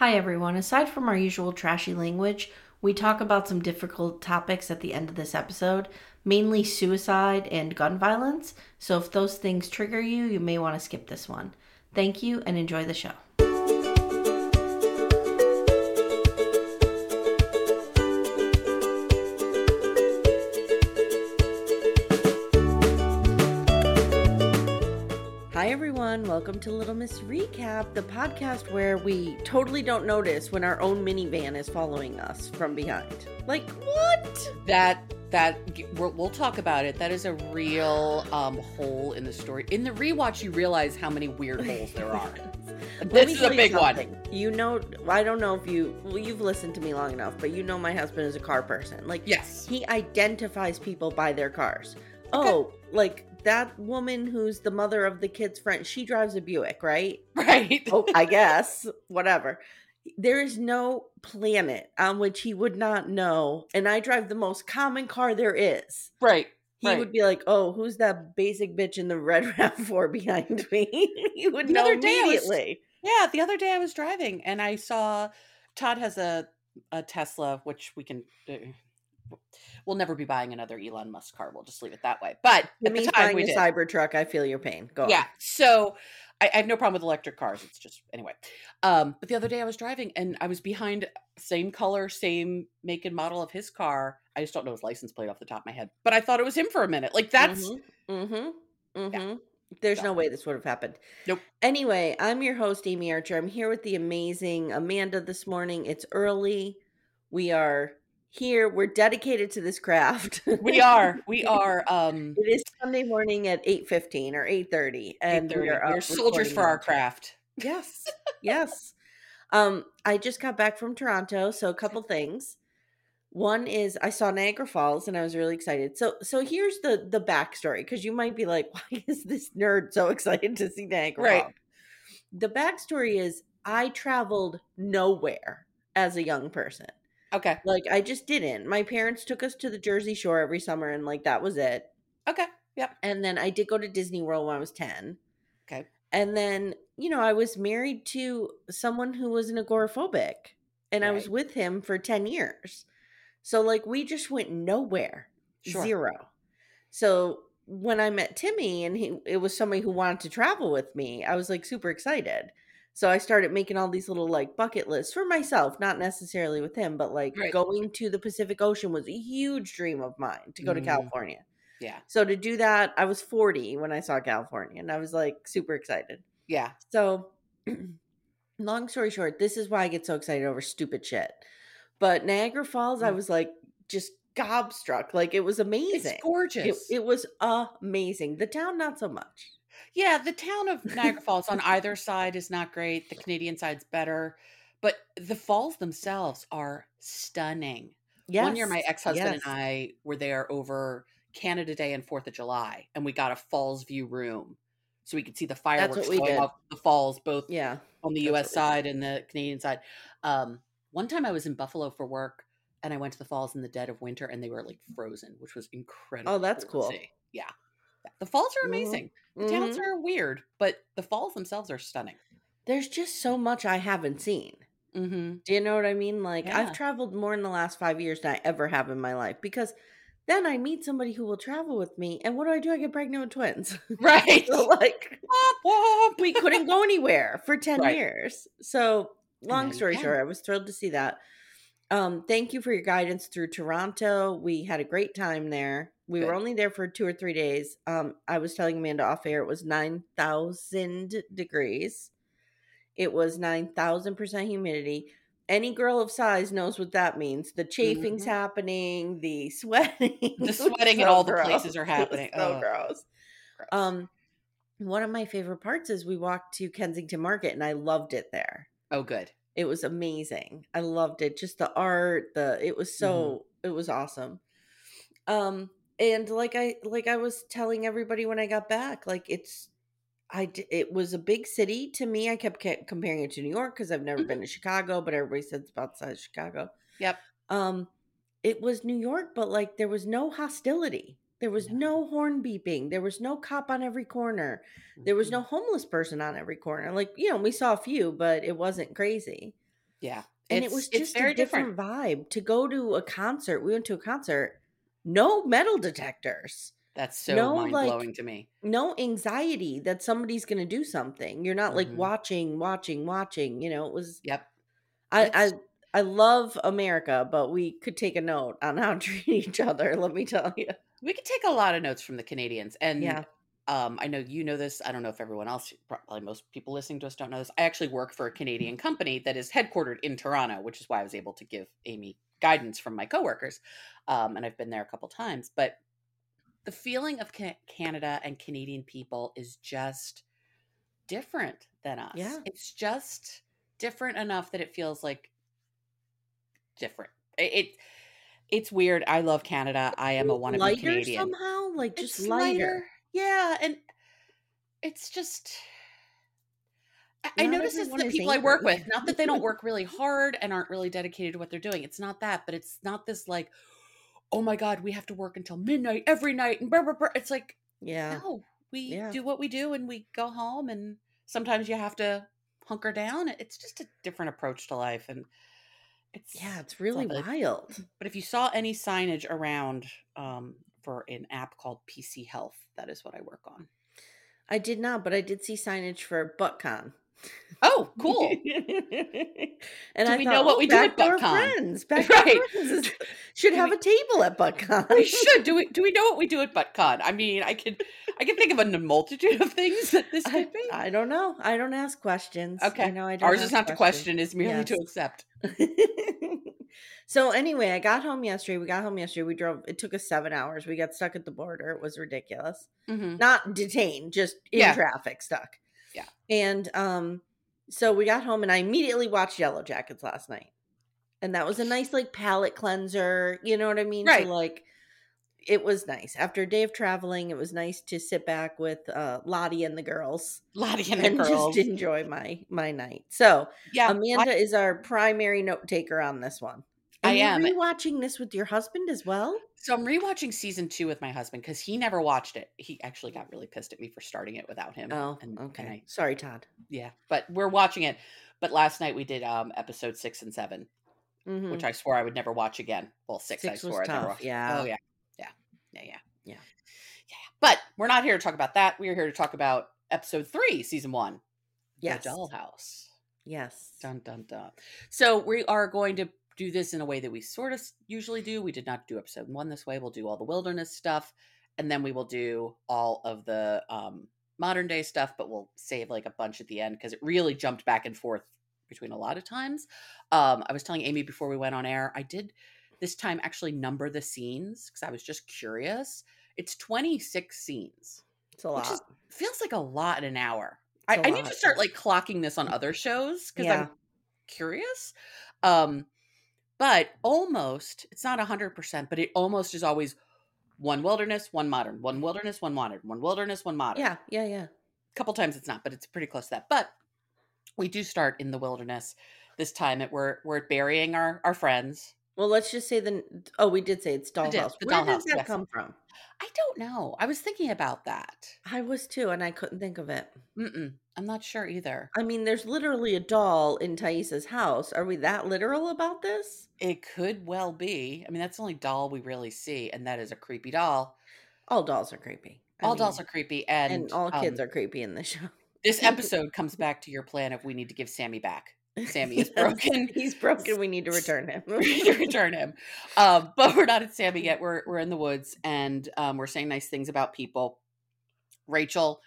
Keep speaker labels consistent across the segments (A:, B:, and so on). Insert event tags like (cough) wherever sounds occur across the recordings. A: Hi, everyone. Aside from our usual trashy language, we talk about some difficult topics at the end of this episode, mainly suicide and gun violence. So, if those things trigger you, you may want to skip this one. Thank you and enjoy the show. Hi, everyone. Welcome to Little Miss Recap, the podcast where we totally don't notice when our own minivan is following us from behind. Like, what?
B: that that we'll, we'll talk about it that is a real um, hole in the story in the rewatch you realize how many weird holes there
A: (laughs)
B: are
A: Let
B: this
A: me
B: is
A: tell
B: a
A: you
B: big one
A: something. You know, I don't know if you, well, you've listened to me long enough, but you know my husband is a car person. Like,
B: yes
A: he identifies people by their cars. Oh, like that woman who's the mother of the kid's friend, she drives a Buick, right?
B: (laughs) right
A: oh,
B: (laughs)
A: I guess, whatever. There is no planet on which he would not know. And I drive the most common car there is.
B: right
A: He
B: Right.
A: would be like, "Oh, who's that basic bitch in the red (laughs) Rav4 behind me?" (laughs) you would
B: The
A: know
B: other day I was-
A: immediately.
B: yeah the other day i was driving and i saw todd has a a tesla which we can uh, we'll never be buying another elon musk car we'll just leave it that way
A: It
B: but at the
A: means
B: time
A: buying
B: we
A: a
B: did
A: Cybertruck. I feel your pain. Go
B: yeah
A: on.
B: so I, I have no problem with electric cars it's just anyway um but the other day i was driving and i was behind same color same make and model of his car i just don't know his license plate off the top of my head but i thought it was him for a minute like that's
A: Mm-hmm. Mm-hmm. There's
B: Yeah.
A: no way this would have happened.
B: Nope.
A: Anyway, I'm your host, Amy Archer. I'm here with the amazing Amanda this morning. It's early. We are here. We're dedicated to this craft. (laughs)
B: we are we are um
A: It is Sunday morning at 8.15 or 8.30. And we
B: 8:30.
A: are
B: we're
A: up
B: soldiers
A: recording
B: for our
A: this.
B: craft
A: Yes. yes. Um, I just got back from Toronto, so a couple things. One is I saw Niagara Falls and I was really excited. So so here's the the backstory because you might be like, (laughs) why is this nerd so excited to see Niagara
B: Right.
A: Falls? The backstory is I traveled nowhere as a young person.
B: (laughs) okay
A: Like I just didn't. My parents took us to the Jersey Shore every summer and like that was it.
B: okay yep
A: And then I did go to Disney World when I was 10.
B: Okay.
A: And then, you know, I was married to someone who was an agoraphobic and I was
B: Right.
A: with him for 10 years. So, like, we just went nowhere,
B: sure
A: zero. So, when I met Timmy and he, it was somebody who wanted to travel with me, I was like super excited. So, I started making all these little like bucket lists for myself, not necessarily with him, but like
B: Right.
A: going to the Pacific Ocean was a huge dream of mine to go to
B: Mm.
A: California.
B: yeah
A: So to do that, I was 40 when I saw California and I was like super excited.
B: yeah
A: So (clears throat) long story short, this is why I get so excited over stupid shit. But Niagara Falls, I
B: Mm.
A: was like just gobstruck. Like it was amazing.
B: it's
A: It-
B: gorgeous
A: it was amazing. The town, not so much.
B: Yeah, the town of Niagara Falls on either side is not great. The Canadian side's better, but the falls themselves are stunning.
A: Yes.
B: One year, my ex husband
A: yes.
B: and I were there over Canada Day and Fourth of July, and we got a falls view room. so we could see the fireworks
A: what we
B: going
A: did.
B: off the falls, both
A: Yeah.
B: on the
A: That's what
B: U.S.
A: we
B: side and the Canadian side. Um, one time I was in Buffalo for work, and I went to the falls in the dead of winter, and they were like frozen, which was incredible.
A: Oh, that's cool.
B: Yeah, the falls are
A: Mhm.
B: amazing. The towns
A: Mhm.
B: are weird, but the falls themselves are stunning.
A: There's just so much I haven't seen.
B: Mm-hmm.
A: Do you know what I mean? Like
B: Yeah.
A: I've traveled more in the last five years than I ever have in my life because then I meet somebody who will travel with me, and what do I do? I get pregnant with twins.
B: (laughs)
A: (laughs)
B: Right.
A: So, like
B: Womp womp.
A: we couldn't go anywhere for ten
B: Right.
A: years. So long
B: there you
A: story
B: go.
A: short, I was thrilled to see that. Um, thank you for your guidance through Toronto. We had a great time there. We were
B: Good.
A: only there for two or three days. Um, I was telling Amanda off air it was nine thousand degrees. It was nine thousand percent humidity. Any girl of size knows what that means. The chafing's
B: Mhm.
A: happening, the (laughs) sweating,
B: The
A: (laughs) It was
B: sweating in all the places
A: (laughs)
B: are
A: It was
B: happening.
A: so
B: Ugh.
A: gross.
B: Gross.
A: Um, one of my favorite parts is we walked to Kensington Market, and I loved it there.
B: (laughs) oh, good.
A: It was amazing. I loved it. Just the art, the it was
B: Mm-hmm.
A: so it was awesome. Um, and like I like I was telling everybody when I got back, like it's I d- it was a big city to me. I kept ca- comparing it to New York because I've never
B: Mm-hmm.
A: been to Chicago, but everybody said it's about the size of Chicago.
B: Yep.
A: Um, it was New York, but like there was no hostility. There was no horn beeping. There was no cop on every corner. There was
B: Mhm.
A: no homeless person on every corner. Like, you know, we saw a few, but it wasn't crazy.
B: Yeah.
A: And
B: It's-
A: it was
B: it's
A: just a different vibe to go to a concert. We went to a concert, no metal detectors,
B: That's so
A: No, like-
B: mind blowing to me.
A: no anxiety that somebody's going to do something. You're not like
B: Mhm.
A: watching, watching, watching. You know, it was,
B: Yep.
A: I, I,
B: It's-
A: I love America, but we could take a note on how (laughs) to treat each other. Let me tell you.
B: We could take a lot of notes from the Canadians. And
A: Yeah.
B: um, I know you know this. I don't know if everyone else, probably most people listening to us don't know this. I actually work for a
A: (laughs)
B: Canadian company that is headquartered in Toronto, which is why I was able to give Amy guidance from my coworkers. Um, and I've been there a couple times. But the feeling of Ca- Canada and Canadian people is just different than us.
A: Yeah.
B: It's just different enough that it feels like different. It, it it's weird. I love Canada. I am a wannabe
A: lighter
B: Canadian.
A: somehow, like
B: It's
A: just lighter.
B: Yeah, and it's just I, I
A: Not
B: notice it's
A: everyone
B: the
A: is
B: people I work
A: angry.
B: with. Not that they don't work really hard and aren't really dedicated to what they're doing. It's not that, but it's not this like, oh my god, we have to work until midnight every night and blah, blah, blah. it's like
A: Yeah.
B: no, we
A: Yeah.
B: do what we do and we go home and sometimes you have to hunker down. It's just a different approach to life and it's
A: Yeah, it's really
B: lovely.
A: wild.
B: But if you saw any signage around um, for an app called PC Health, that is what I work on.
A: I did not, but I did see signage for ButtCon.
B: Oh,
A: (laughs)
B: cool.
A: and
B: Do
A: I
B: we
A: thought,
B: know what
A: "Oh,
B: we do at
A: Backdoor
B: ButtCon?"
A: Friends.
B: (laughs)
A: Backdoor
B: Right.
A: Friends
B: (laughs)
A: is- should
B: Do
A: have
B: we-
A: a table at ButtCon.
B: we should do we do we know what we do at ButtCon? I mean, I could I can think of a multitude of things that this
A: (laughs) I,
B: could be.
A: I don't know. I don't ask questions. you
B: okay,
A: know, I don't
B: ours is
A: ask
B: not to
A: questions.
B: question; is merely to
A: Yes.
B: accept.
A: (laughs) so anyway, I got home yesterday. We got home yesterday. We drove. It took us seven hours. We got stuck at the border. It was ridiculous.
B: Mhm.
A: Not detained, just in
B: Yeah.
A: traffic stuck.
B: Yeah.
A: And um, so we got home, and I immediately watched Yellow Jackets last night, and that was a nice like palate cleanser. You know what I mean?
B: Right.
A: To, like. It was nice. After a day of traveling, it was nice to sit back with uh, Lottie and the girls
B: Lottie and the
A: and
B: girls.
A: just enjoy my my night. So
B: yeah,
A: Amanda
B: I,
A: is our primary note taker on this one.
B: I
A: And
B: am.
A: You're rewatching this with your husband as well.
B: So I'm rewatching season two with my husband because he never watched it. He actually got really pissed at me for starting it without him.
A: Oh,
B: and, and
A: okay.
B: I-
A: Sorry, Todd.
B: yeah, but we're watching it. But last night we did um episode six and seven,
A: Mhm.
B: which I swore I would never watch again. Well, six, I
A: Six was
B: swore I'd never
A: tough,
B: watch.
A: yeah.
B: Oh yeah. Yeah. Yeah. Yeah.
A: Yeah.
B: Yeah. But we're not here to talk about that. We are here to talk about episode three, season one.
A: yes,
B: The Dollhouse.
A: yes,
B: Dun dun dun. So we are going to do this in a way that we sort of s- usually do. We did not do episode one this way. We'll do all the wilderness stuff, and then we will do all of the um, modern day stuff. But we'll save like a bunch at the end because it really jumped back and forth between a lot of times. Um, I was telling Amy before we went on air, I did this time actually number the scenes because I was just curious. It's twenty six scenes
A: it's a
B: which
A: lot.
B: is- feels like a lot in an hour. I,
A: It's a
B: I need to
A: lot.
B: start like clocking this on other shows because
A: Yeah.
B: I'm curious. Um, but almost it's not hundred percent, but it almost is always one wilderness, one modern, one wilderness, one modern, one wilderness, one modern.
A: yeah, yeah, yeah.
B: couple times it's not, but it's pretty close to that. But we do start in the wilderness this time. At we're we're burying our our friends.
A: Well, let's just say the. Oh, we did say it's
B: did,
A: dollhouse.
B: the
A: Where
B: dollhouse,
A: does that
B: yes.
A: come from?
B: I don't know. I was thinking about that.
A: I was too, and I couldn't think of it.
B: Mm-mm, I'm not sure either.
A: I mean, there's literally a doll in Thaisa's house. Are we that literal about this?
B: It could well be. I mean, that's the only doll we really see, and that is a creepy doll.
A: All dolls are creepy. I
B: All dolls are
A: mean,
B: creepy, and,
A: and, all kids
B: um,
A: are creepy in the show. (laughs)
B: This episode comes back to your plan of we need to give Sammy back. (laughs) Sammy is
A: (laughs) Yes,
B: broken. (laughs)
A: He's broken. We need to return him.
B: We need to return him. Um, but we're not at Sammy yet. We're we're in the woods and um, we're saying nice things about people. Rachel,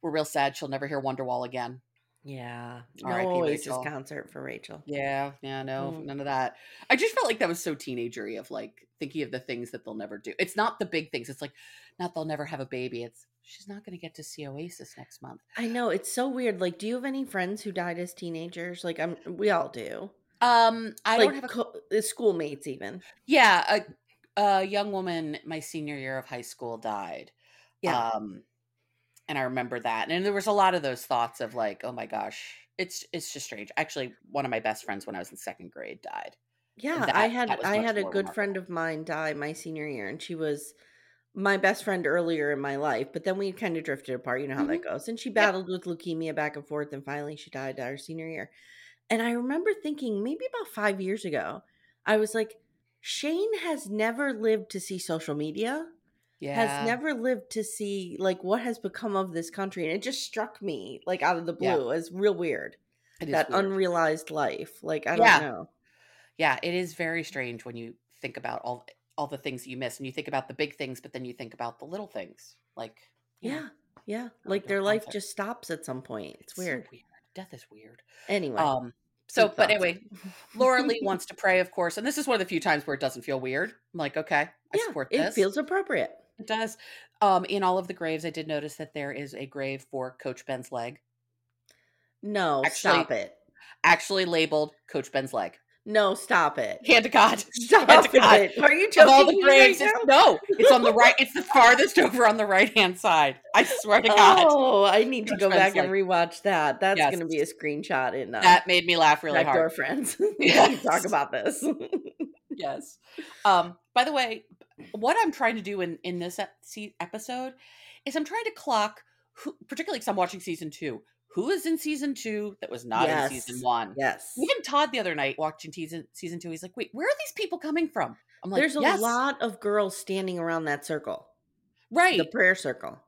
B: we're real sad. She'll never hear Wonderwall again.
A: yeah. No
B: R.I.P.
A: Oasis
B: Rachel.
A: concert for Rachel.
B: Yeah, yeah, no,
A: Mm.
B: none of that. I just felt like that was so teenagery of like thinking of the things that they'll never do. It's not the big things. It's like not they'll never have a baby. It's she's not going to get to see Oasis next month.
A: I know it's so weird. Like, do you have any friends who died as teenagers? Like, I'm. We all do.
B: Um, I
A: like,
B: don't have a
A: co- uh, schoolmates even.
B: yeah. A, a young woman my senior year of high school died.
A: Yeah.
B: Um, and I remember that, and there was a lot of those thoughts of like, oh my gosh, it's it's just strange. Actually, one of my best friends when I was in second grade died.
A: Yeah,
B: that-
A: I
B: that
A: had
B: was
A: I
B: much
A: had a
B: more
A: good friend of mine die my senior year, and she was my best friend earlier in my life. But then we kind of drifted apart. You know how that
B: Mm-hmm.
A: goes. And she battled with leukemia back and forth, and finally she died our senior year. And I remember thinking maybe about five years ago, I was like, Shane has never lived to see social media.
B: Yeah,
A: Has never lived to see like what has become of this country, and it just struck me like out of the
B: Yeah.
A: blue as real weird
B: It is
A: that
B: weird.
A: unrealized life. Like I don't
B: Yeah.
A: know.
B: yeah it is very strange when you think about all all the things that you miss and you think about the big things but then you think about the little things like you know,
A: Yeah. Yeah.
B: a
A: Like
B: good
A: their life
B: concept.
A: just stops at some point. It's
B: so
A: weird.
B: death is weird
A: Anyway.
B: um so
A: deep
B: but
A: thoughts.
B: anyway laura lee wants to pray of course and this is one of the few times where it doesn't feel weird i'm like okay i
A: yeah,
B: support
A: it
B: this
A: feels appropriate.
B: it does um in all of the graves i did notice that there is a grave for coach ben's leg
A: No,
B: Actually-
A: stop it.
B: actually labeled coach ben's leg
A: No, stop it.
B: (laughs) hand to god
A: Stop
B: hand to god
A: it. Are you joking?
B: of all the
A: me
B: graves
A: right
B: it's,
A: now?
B: no
A: (laughs)
B: it's on the right it's the farthest over on the right hand side i swear to god
A: Oh, I need to
B: Coach
A: go
B: Ben's
A: back and
B: like-
A: rewatch that. That's
B: Yes.
A: going to be a screenshot in uh,
B: that made me laugh really
A: Backdoor
B: hard.
A: Friends. (laughs)
B: Yes.
A: Talk about this. (laughs)
B: Yes. Um, by the way, what I'm trying to do in in this ep- se- episode is I'm trying to clock, who, particularly because I'm watching season two. Who is in season two that was not in
A: Yes.
B: season one?
A: yes.
B: Even Todd the other night watching season season two, he's like, "Wait, where are these people coming from?" I'm like,
A: There's a
B: "Yes,
A: lot of girls standing around that circle,
B: right?"
A: the prayer circle.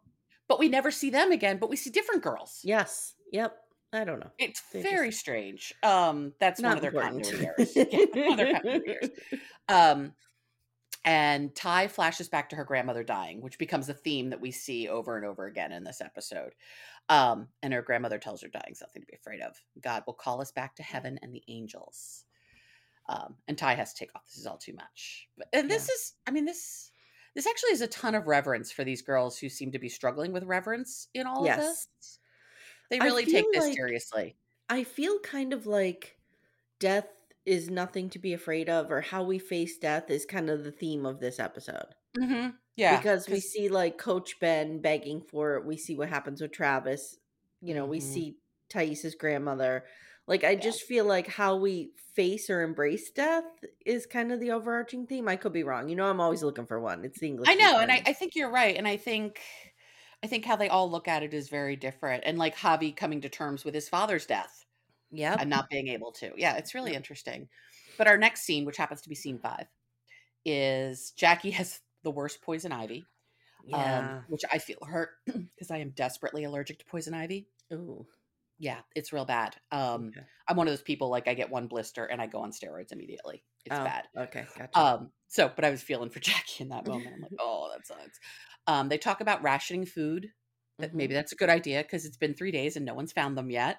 B: but we never see them again. But we see different girls.
A: Yes. Yep. I don't know.
B: It's
A: They just-
B: very strange. Um, that's one
A: Not
B: of their
A: important.
B: continuity
A: (laughs)
B: errors. Yeah, one of their continuity errors. Um, and Ty flashes back to her grandmother dying, which becomes a theme that we see over and over again in this episode. Um, and her grandmother tells her dying's nothing to be afraid of. God will call us back to heaven and the angels. Um, and Ty has to take off. This is all too much. But, and this is, I mean, this this actually is a ton of reverence for these girls who seem to be struggling with reverence in all of
A: Yes.
B: this. They
A: I
B: really take
A: feel
B: this
A: like-
B: seriously.
A: I feel kind of like death is nothing to be afraid of, or how we face death is kind of the theme of this episode.
B: Mm-hmm. Yeah,
A: because we see like Coach Ben begging for it. We see what happens with Travis. You know, we
B: Mhm.
A: see Thais's grandmother. Like, I just feel like how we face or embrace death is kind of the overarching theme. I could be wrong. You know, I'm always looking for one. It's the English.
B: I know, and I,
A: teacher.
B: I think you're right, and I think I think how they all look at it is very different, and like Javi coming to terms with his father's death
A: yep.
B: and not being able to. Yeah, it's really interesting. But our next scene, which happens to be scene five, is Jackie (laughs) has the worst poison ivy,
A: yeah.
B: (laughs) um, which I feel (clears throat) hurt because I am desperately allergic to poison ivy.
A: Ooh.
B: Yeah, it's real bad. Um,
A: okay.
B: I'm one of those people like I get one blister and I go on steroids immediately. It's
A: Oh,
B: bad.
A: Okay. Gotcha.
B: Um, so, but I was feeling for (laughs) Jackie in that moment.
A: (laughs)
B: I'm like, oh, that sucks. Um, they talk about rationing food. That
A: Mhm.
B: maybe that's a good idea because it's been three days and no one's found them yet.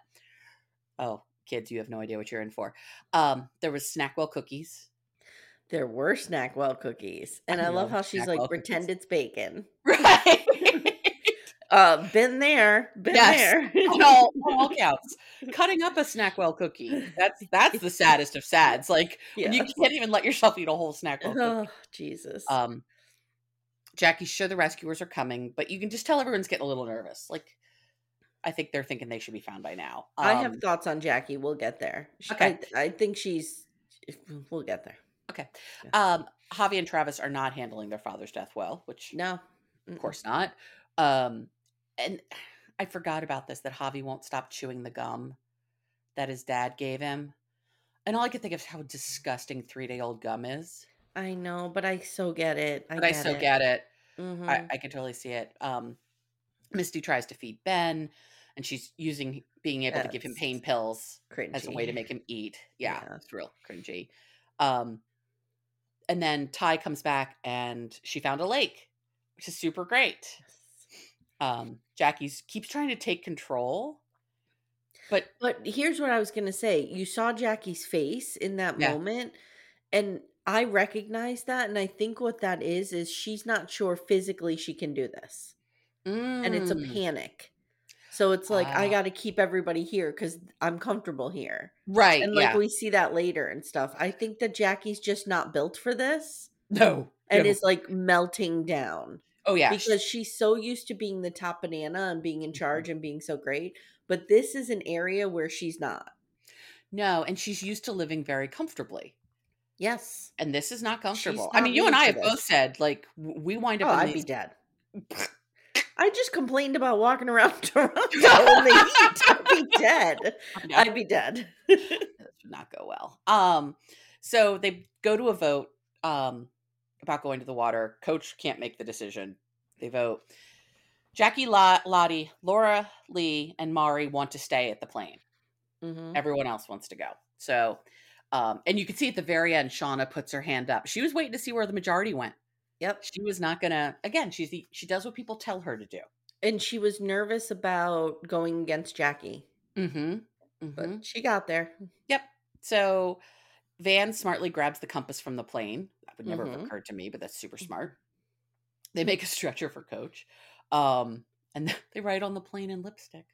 B: Oh, kids, you have no idea what you're in for. Um, there was Snackwell cookies. (laughs)
A: There were Snackwell cookies. And I,
B: know
A: love how
B: there's
A: she's
B: Snackwell
A: like,
B: cookies.
A: pretend it's bacon.
B: Right.
A: Uh, been there. Been
B: Um, Yes.
A: there. (laughs)
B: on, all, on all counts. Cutting up a Snackwell cookie. That's
A: (laughs)
B: that's the saddest of sads. Like when you
A: Yes.
B: can't even let yourself eat a whole Snackwell cookie.
A: (laughs) Oh, Jesus.
B: Um, Jackie's sure the rescuers are coming, but you can just tell everyone's getting a little nervous. Like, I think they're thinking they should be found by now.
A: I have
B: Um,
A: thoughts on Jackie. We'll get there. She-
B: Okay.
A: I, I think she's. We'll get there.
B: Okay.
A: Yeah.
B: Um, Javi and Travis are not handling their father's death well, which
A: No,
B: of course not. Um, and (sighs) I forgot about this that Javi won't stop chewing the gum that his dad gave him. And all I could think of is how disgusting three day old gum is.
A: I know, but I so get it. I
B: But I,
A: get
B: still
A: it.
B: get it.
A: Mhm.
B: I, I can totally see it. Um, Misty tries to feed Ben, and she's using being able to give him
A: Yes.
B: pain pills
A: Cringy.
B: as a way to make him eat. Yeah,
A: Yeah.
B: it's real cringy. Um, and then Ty comes back and she found a lake, which is super great. Um, Jackie's keeps trying to take control, but
A: But here's what I was going to say. You saw Jackie's face in that
B: Yeah.
A: moment, and I recognize that. And I think what that is, is she's not sure physically she can do this. And it's a
B: Mm,
A: panic. So it's like, I
B: Ah.
A: got to keep everybody here because I'm comfortable here.
B: right.
A: And like
B: yeah.
A: we see that later and stuff. I think that Jackie's just not built for this
B: no,
A: and
B: no.
A: is like melting down
B: oh yeah, Mm-hmm.
A: because she's so used to being the top banana and being in charge and being so great. But this is an area where she's not.
B: no, and she's used to living very comfortably.
A: Yes.
B: and this is not comfortable. I
A: not
B: mean, you and
A: used
B: I
A: to
B: have both
A: this.
B: said like w- we wind
A: Oh,
B: up. in
A: I'd be
B: these-
A: dead.
B: (laughs)
A: I just complained about walking around (laughs) Toronto in the heat.
B: (laughs)
A: I'd be dead.
B: No,
A: I'd be dead. (laughs)
B: this would not go well. Um, so they go to a vote um about going to the water. Coach can't make the decision. They vote. Jackie La- Lottie, Laura Lee, and Mari want to stay at the plane.
A: Mhm.
B: Everyone else wants to go. So, um, and you can see at the very end, Shauna puts her hand up. She was waiting to see where the majority went.
A: Yep.
B: She was not gonna. Again, she's the she does what people tell her to do.
A: And she was nervous about going against Jackie,
B: Mm-hmm.
A: but she got there.
B: So Van smartly grabs the compass from the plane. That would never have
A: Mhm.
B: occurred to me, but that's super smart. They make a stretcher for Coach. Um, and (laughs) they write on the plane in lipstick.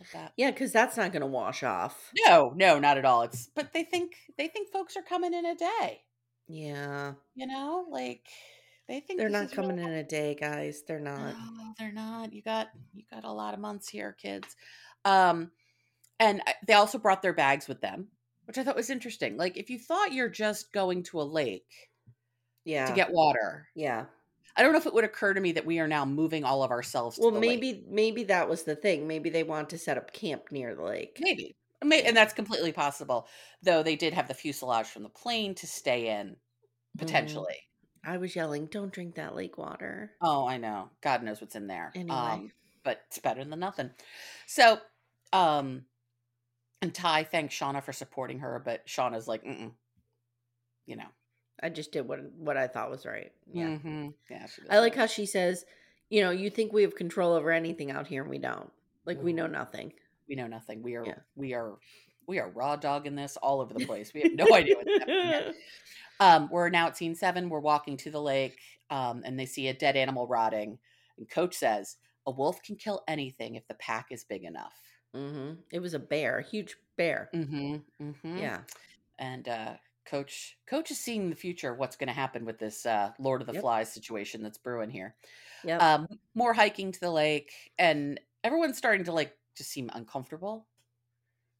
B: Like that.
A: Yeah, because that's not going to wash off.
B: No, no, not at all. It's but they think they think folks are coming in a day.
A: Yeah.
B: You know, like they think
A: They're
B: this
A: not
B: is really
A: coming in a day, guys. They're
B: (gasps)
A: not.
B: No, they're not. You got you got a lot of months here, kids. Um, and I- they also brought their bags with them, which I thought was interesting. Like if you thought you're just going to a lake
A: Yeah.
B: to get water, (laughs)
A: yeah.
B: I don't know if it would occur to me that we are now moving all of ourselves. To
A: Well,
B: the lake.
A: maybe maybe that was the thing. Maybe they want to set up camp near the lake.
B: maybe, May- and that's completely possible. Though they did have the fuselage from the plane to stay in
A: Mm-hmm.
B: potentially.
A: I was yelling, "Don't drink that lake water."
B: Oh, I know. God knows what's in there.
A: Anyway.
B: Um, but it's better than nothing. So, um, and Ty thanks Shauna for supporting her, but Shauna's like, Mm-mm. you know,
A: I just did what what I thought was right. Yeah.
B: mhm, yeah. she
A: Mm-hmm. I like
B: doesn't-
A: how she says, you know, you think we have control over anything out here and we don't. Like we
B: Mm-hmm.
A: know
B: (laughs)
A: nothing.
B: we know nothing. We are,
A: Yeah.
B: we are, we are raw dogging this
A: (laughs)
B: all over the place. We have no idea what's happening. here. Um, we're now at scene seven. We're walking to the lake, um, and they see a dead animal rotting. And Coach says, "A wolf can kill anything if the pack is big enough."
A: hmm It was a bear, a huge bear.
B: Mm-hmm. Mm-hmm.
A: Yeah.
B: and uh, coach coach is seeing the future what's going to happen with this uh, lord of the
A: Yep.
B: flies situation that's brewing here
A: Yep.
B: um, more hiking to the lake and everyone's starting to like just seem uncomfortable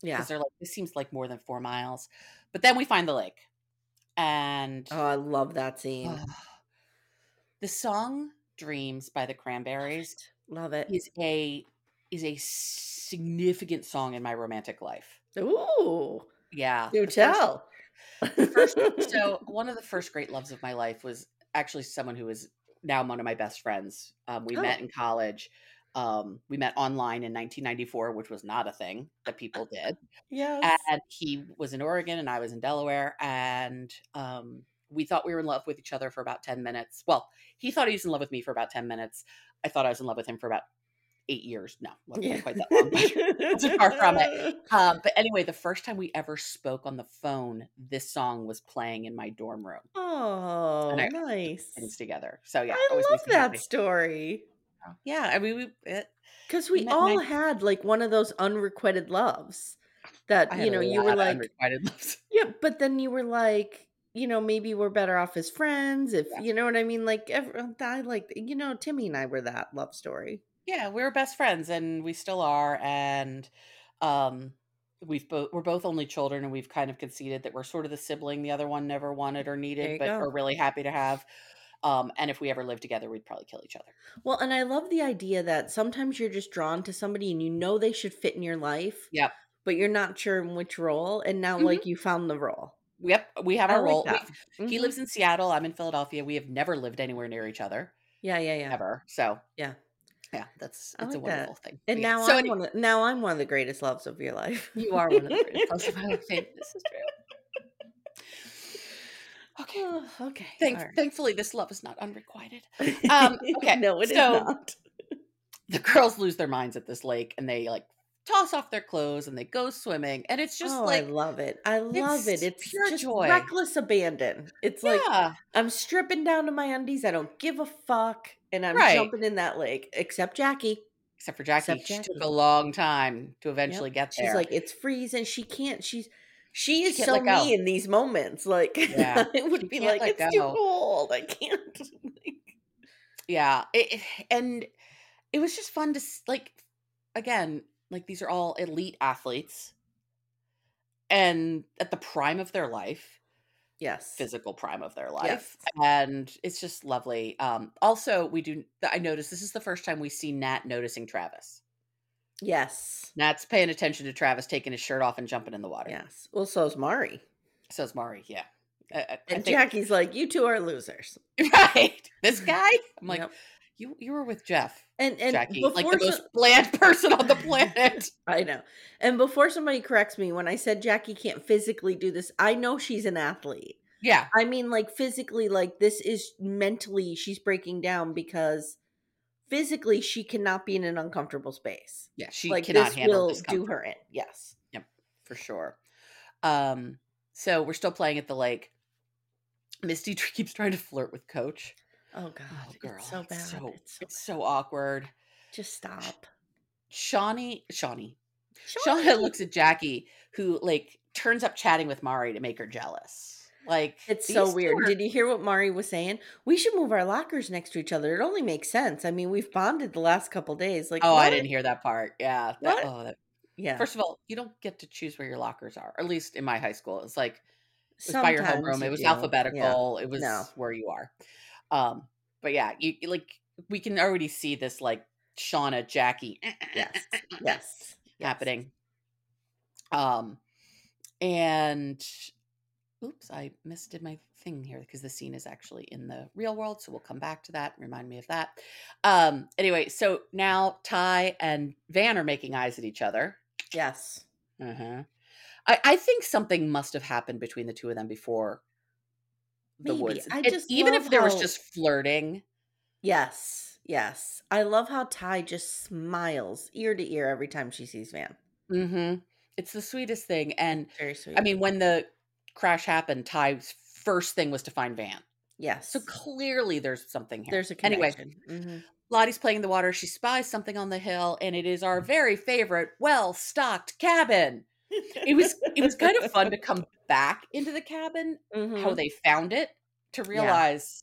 A: yeah.
B: because they're like this seems like more than four miles but then we find the lake and
A: Oh, I love that scene.
B: uh, the song dreams by the cranberries
A: Love it.
B: is a is a significant song in my romantic life
A: Ooh.
B: yeah
A: Do
B: Uh, the first-
A: tell. (laughs)
B: first, so one of the first great loves of my life was actually someone who is now one of my best friends. Um, we
A: Oh.
B: met in college. Um, we met online in 1994, which was not a thing that people did.
A: yes.
B: And he was in Oregon and I was in Delaware. And um, we thought we were in love with each other for about 10 minutes. Well, he thought he was in love with me for about 10 minutes. I thought I was in love with him for about eight years. No, wasn't
A: Yeah.
B: quite that long.
A: (laughs)
B: but- (laughs) Wasn't far from it. um, but anyway, the first time we ever spoke on the phone, this song was playing in my dorm room.
A: Oh,
B: I-
A: nice.
B: things together. So yeah,
A: I
B: always
A: love
B: makes me
A: that
B: happy.
A: story.
B: Yeah, I mean, we, it,
A: Because we
B: met
A: all
B: my-
A: had like one of those unrequited loves
B: I
A: that, you
B: had
A: know,
B: a
A: you
B: lot
A: were
B: of
A: like,
B: unrequited (laughs) loves.
A: yeah, but then you were like, you know, maybe we're better off as friends if,
B: Yeah.
A: uh, you know what I mean? Like, every, I like, you know, Timmy and I were that love story.
B: yeah, we were best friends and we still are. And um, we've both we're both only children, and we've kind of conceded that we're sort of the sibling the other one never wanted or
A: There you
B: needed, but
A: go.
B: are really happy to have. Um, and if we ever lived together, we'd probably kill each other.
A: Well, and I love the idea that sometimes you're just drawn to somebody and you know they should fit in your life.
B: Yep.
A: But you're not sure in which role. And now, like, you found the role.
B: Yep, we have
A: I
B: our
A: like
B: role.
A: that.
B: We- He
A: Mhm.
B: lives in Seattle. I'm in Philadelphia. We have never lived anywhere near each other
A: Yeah, yeah, yeah.
B: ever. So
A: Yeah.
B: yeah, that's
A: I
B: it's a
A: like that.
B: wonderful thing.
A: And
B: Yeah.
A: now,
B: so
A: I'm
B: anyway,
A: one of, now I'm one of the greatest loves of your life.
B: (laughs) you are one of the greatest loves
A: (laughs)
B: of my life. This is true.
A: (laughs)
B: Okay.
A: Oh, okay.
B: Thank,
A: all right.
B: Thankfully, this love is not unrequited. (laughs) um,
A: (laughs)
B: okay,
A: no, it is
B: so-
A: not.
B: The girls lose their minds at this lake, and they like toss off their clothes and they go swimming, and it's just
A: oh,
B: like,
A: I love it. I love it.
B: it's
A: It's
B: pure
A: just
B: joy.
A: reckless abandon. It's like
B: yeah,
A: I'm stripping down to my undies. I don't give a fuck, and I'm
B: Right.
A: jumping in that lake. Except Jackie,
B: except for Jackie,
A: Except
B: she took
A: Jackie.
B: a long time to eventually get there.
A: she's like, it's freezing. She can't. She's she is
B: can't
A: so
B: let go.
A: me in these moments. Like
B: Yeah.
A: (laughs) it would
B: She
A: be
B: can't
A: like
B: let
A: it's too
B: go.
A: cold. I can't. (laughs)
B: yeah it, (sighs) it- and it was just fun to s- like again like these are all elite athletes and at the prime of their life
A: yes,
B: physical prime of their
A: Yes.
B: life and it's just lovely um also we do i noticed this is the first time we see nat noticing travis
A: yes,
B: nat's paying attention to travis taking his shirt off and jumping in the water
A: yes. Well, so's Mari,
B: so it's mari yeah I- I- I
A: and
B: think-
A: Jackie's like, you two are losers.
B: (laughs) right this guy i'm like
A: Yep.
B: you you were with jeff
A: and and
B: jackie
A: before
B: like the
A: so-
B: most (laughs) bland person on the planet
A: (laughs) I know. And before somebody corrects me, when I said Jackie can't physically do this, I know she's an athlete.
B: yeah
A: I mean, like physically, like this is mentally, she's breaking down because physically she cannot be in an uncomfortable space.
B: Yeah, she
A: like
B: cannot
A: this
B: handle
A: will
B: discomfort
A: do her in. Yes.
B: for sure. Um, so we're still playing at the lake. Misty tr- keeps trying to flirt with Coach.
A: Oh God, it's so bad.
B: It's so,
A: it's so
B: it's so awkward.
A: bad. just stop.
B: Shawnee, Shawnee,
A: Shawnee.
B: Shauna looks at Jackie, who like turns up chatting with Mari to make her jealous. Like
A: It's
B: these
A: so
B: two
A: weird.
B: are-
A: Did you hear what Mari was saying? We should move our lockers next to each other. It only makes sense. I mean, we've bonded the last couple days. Like,
B: oh, I
A: what?
B: didn't hear that part. Yeah. that-
A: What?
B: oh, that-
A: Yeah.
B: First of all, you don't get to choose where your lockers are. Or at least in my high school, it's like it was by your
A: Sometimes
B: homeroom.
A: you
B: It was
A: do. Yeah.
B: alphabetical. It was
A: No.
B: where you are. Um, but yeah, you you, like we can already see this like Shauna Jackie eh,
A: yes
B: (laughs)
A: yes
B: happening. Um, and oops, I misdid my thing here because the scene is actually in the real world, so we'll come back to that. Remind me of that. Um, anyway, so now Ty and Van are making eyes at each other.
A: yes Mm-hmm.
B: Uh-huh. I, I think something must have happened between the two of them before the
A: Maybe.
B: woods.
A: I
B: And
A: just
B: even if
A: love
B: there was
A: how-
B: just flirting.
A: yes yes i love how ty just smiles ear to ear every time she sees van
B: hmm It's the sweetest thing. And
A: very sweet
B: I mean, when the crash happened, Ty's first thing was to find Van.
A: yes
B: So clearly there's something here.
A: there's a
B: Anyway,
A: connection Mhm.
B: Lottie's playing in the water. She spies something on the hill, and it is
A: Mm.
B: our very favorite, well-stocked cabin. It was it was kind of
A: (laughs)
B: fun to come back into the cabin how
A: Mhm.
B: they found it to realize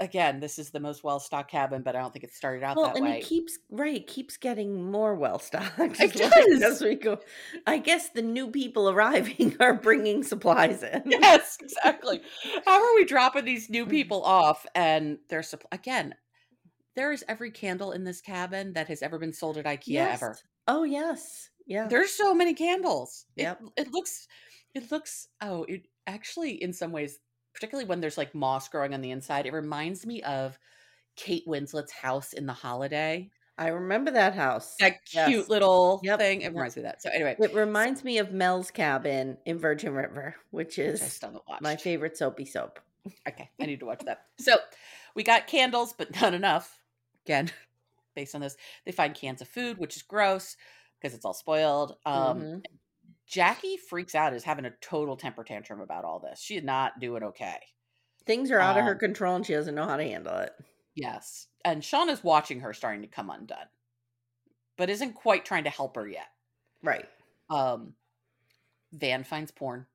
B: again this is the most well-stocked cabin but i don't think it started out
A: well
B: that
A: and
B: way
A: it keeps right it keeps getting more well stocked
B: It does.
A: as we go i guess the new people arriving (laughs) are bringing
B: (laughs)
A: supplies in
B: yes exactly how are we dropping these
A: Mm-hmm.
B: new people off and their supply again there is every candle in this cabin that has ever been sold at ikea ever
A: Yes. oh yes yeah
B: there's so many candles It-
A: Yep.
B: it, looks it looks oh it actually in some ways particularly when there's like moss growing on the inside it reminds me of kate winslet's house in the holiday
A: i remember that house
B: that
A: Yes.
B: cute little
A: Yep.
B: thing. It
A: Yep.
B: reminds me of that. So anyway,
A: it reminds me of mel's cabin in virgin river which
B: which I
A: is
B: still haven't watched.
A: my favorite soapy soap
B: Okay, I need to watch that. (laughs) So we got candles, but not enough. Again, (laughs) based on this, they find cans of food, which is gross because it's all spoiled. Um,
A: Mhm.
B: Jackie freaks out, is having a total temper tantrum about all this. She is not doing okay.
A: Things are out of her
B: um,
A: control and she doesn't know how to handle it.
B: Yes, and Sean is watching her starting to come undone, but isn't quite trying to help her yet.
A: Right.
B: Um, Van finds porn.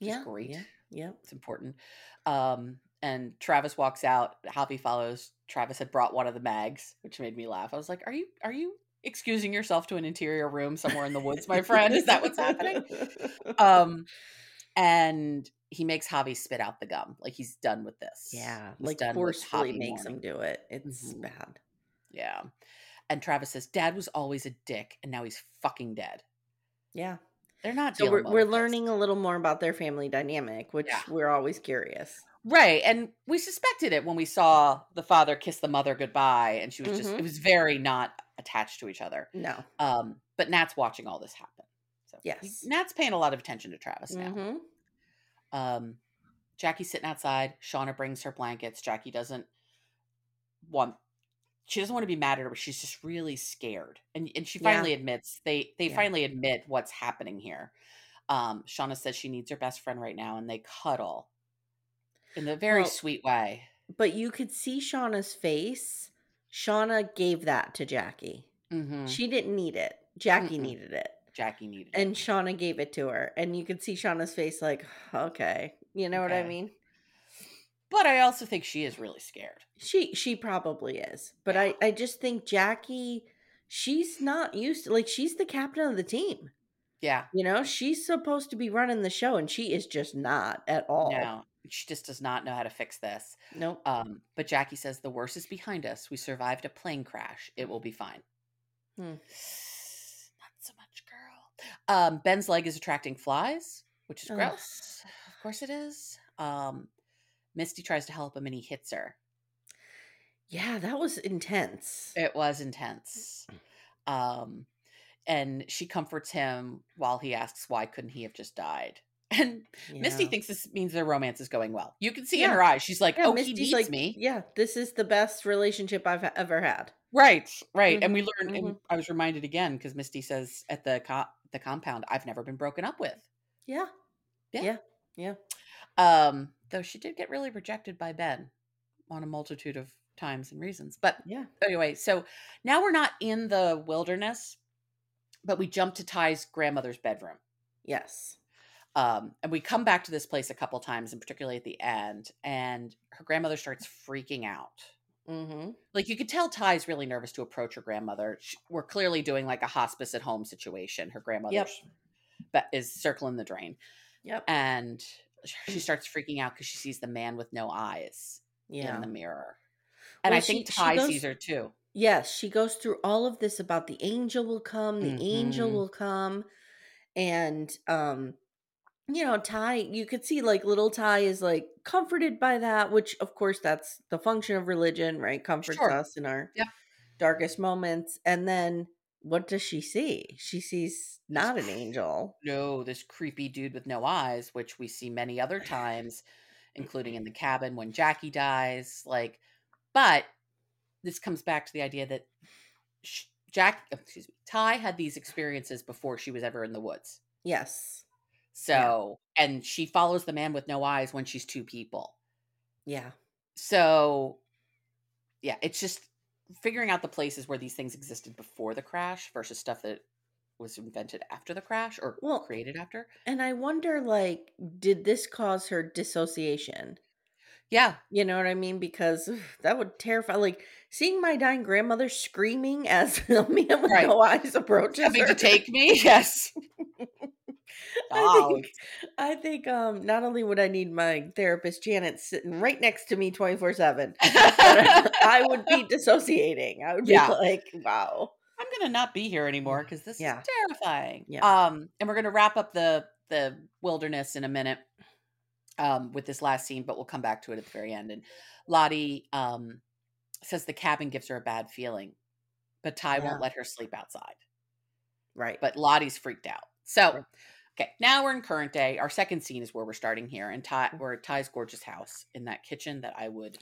B: Which
A: Yeah.
B: is great.
A: Yeah. Yep.
B: it's important. Um, and Travis walks out. Javi follows Travis had brought one of the mags, which made me laugh. I was like, "Are you are you excusing yourself to an interior room somewhere in the woods, my friend? Is that
A: (laughs)
B: what's happening?" Um, and he makes Javi spit out the gum, like he's done with this.
A: Yeah,
B: He's
A: like
B: done with
A: forcefully
B: Javi
A: makes him
B: mourning.
A: do it. It's
B: Mhm.
A: bad.
B: Yeah. And Travis says, "Dad was always a dick, and now he's fucking dead."
A: Yeah.
B: They're not.
A: So
B: dealing
A: we're
B: well
A: we're
B: with this.
A: learning a little more about their family dynamic, which
B: Yeah.
A: we're always curious.
B: Right. And we suspected it when we saw the father kiss the mother goodbye. And she was just,
A: Mhm.
B: it was very not attached to each other.
A: No.
B: Um, but Nat's watching all this happen. So he-
A: Yes.
B: Nat's paying a lot of attention to Travis now.
A: Mhm.
B: Um, Jackie's sitting outside. Shauna brings her blankets. Jackie doesn't want, she doesn't want to be mad at her, but she's just really scared. And, and she
A: Yeah.
B: finally admits, they, they
A: Yeah.
B: finally admit what's happening here. Um, Shauna says she needs her best friend right now and they cuddle in a very
A: Well,
B: sweet way.
A: But you could see Shauna's face. Shauna gave that to Jackie.
B: Mm-hmm.
A: She didn't need it. Jackie
B: Mm-mm.
A: needed it.
B: Jackie needed it.
A: And Shauna gave it to her. And you could see Shauna's face like, (sighs) okay. You know what I
B: Okay.
A: mean?
B: But I also think she is really scared.
A: She she probably is. But
B: Yeah.
A: I, I just think Jackie, she's not used to like she's the captain of the team.
B: Yeah.
A: You know, she's supposed to be running the show and she is just not at all.
B: No, she just does not know how to fix this.
A: Nope.
B: Um, but Jackie says the worst is behind us. We survived a plane crash. It will be fine. (sighs)
A: Hmm.
B: Not so much, girl. Um, Ben's leg is attracting flies, which is
A: Ugh.
B: gross. Of course it is. Um, Misty tries to help him and he hits her.
A: Yeah, that was intense.
B: It was intense.
A: Mm.
B: Um, and she comforts him while he asks, why couldn't he have just died? (laughs) And Misty
A: Yeah.
B: thinks this means their romance is going well. You can see in
A: Yeah.
B: her eyes. She's like,
A: Yeah,
B: "Oh, he
A: Misty's
B: needs
A: like,
B: me."
A: Yeah, this is the best relationship I've ha- ever had.
B: Right, right.
A: Mhm,
B: And we learn. And
A: mhm.
B: I was reminded again because Misty says at the co- the compound, "I've never been broken up with."
A: Yeah.
B: Yeah.
A: Yeah. Yeah.
B: Um, though she did get really rejected by Ben on a multitude of times and reasons. But
A: Yeah.
B: anyway, so now we're not in the wilderness, but we jump to Ty's grandmother's bedroom.
A: Yes.
B: Um, and we come back to this place a couple times, and particularly at the end. And her grandmother starts freaking out.
A: Mm-hmm.
B: Like you could tell, Ty's really nervous to approach her grandmother. Sh we're clearly doing like a hospice at home situation. Her grandmother's but is circling the drain,
A: Yep.
B: and
A: (clears throat)
B: she starts freaking out because she sees the man with no eyes
A: yeah.
B: in the mirror. And
A: Well,
B: I think
A: she- she
B: Ty
A: goes-
B: sees her too.
A: yes, she goes through all of this about the angel will come, the angel
B: Mhm.
A: will come, and um, you know, Ty. You could see like little Ty is like comforted by that, which of course that's the function of religion, right? Comforts
B: Sure.
A: us in our
B: Yep.
A: darkest moments, and then. What does she see? She sees not an angel.
B: No, this creepy dude with no eyes, which we see many other times, including in the cabin when Jackie dies. Like, but this comes back to the idea that sh- Jack, oh, excuse me, Ty had these experiences before she was ever in the woods.
A: Yes.
B: So, and she follows the man with no eyes when she's two people.
A: Yeah.
B: So, yeah, it's just figuring out the places where these things existed before the crash versus stuff that was invented after the crash or
A: Well,
B: created after.
A: And I wonder, like, did this cause her dissociation?
B: Yeah,
A: You know what I mean? Because that would terrify. Like seeing my dying grandmother screaming as (laughs) a man with
B: Right.
A: no eyes approaches
B: something
A: her.
B: to take me. (laughs) Yes.
A: (laughs) I
B: Oh,
A: think,
B: (laughs)
A: I think um, not only would I need my therapist Janet sitting right next to me twenty four seven, I (laughs) would
B: (laughs)
A: be dissociating. I would be
B: Yeah.
A: like, wow,
B: I'm gonna not be here anymore because this
A: Yeah.
B: is terrifying.
A: Yeah.
B: Um, and we're gonna wrap up the the wilderness in a minute um, with this last scene, but we'll come back to it at the very end. And Lottie um, says the cabin gives her a bad feeling, but Ty
A: Yeah.
B: won't let her sleep outside.
A: right?
B: But Lottie's freaked out. So,
A: Right.
B: okay, now we're in current day. Our second scene is where we're starting here, and Ty,
A: Mm.
B: we're at Ty's gorgeous house in that kitchen that I would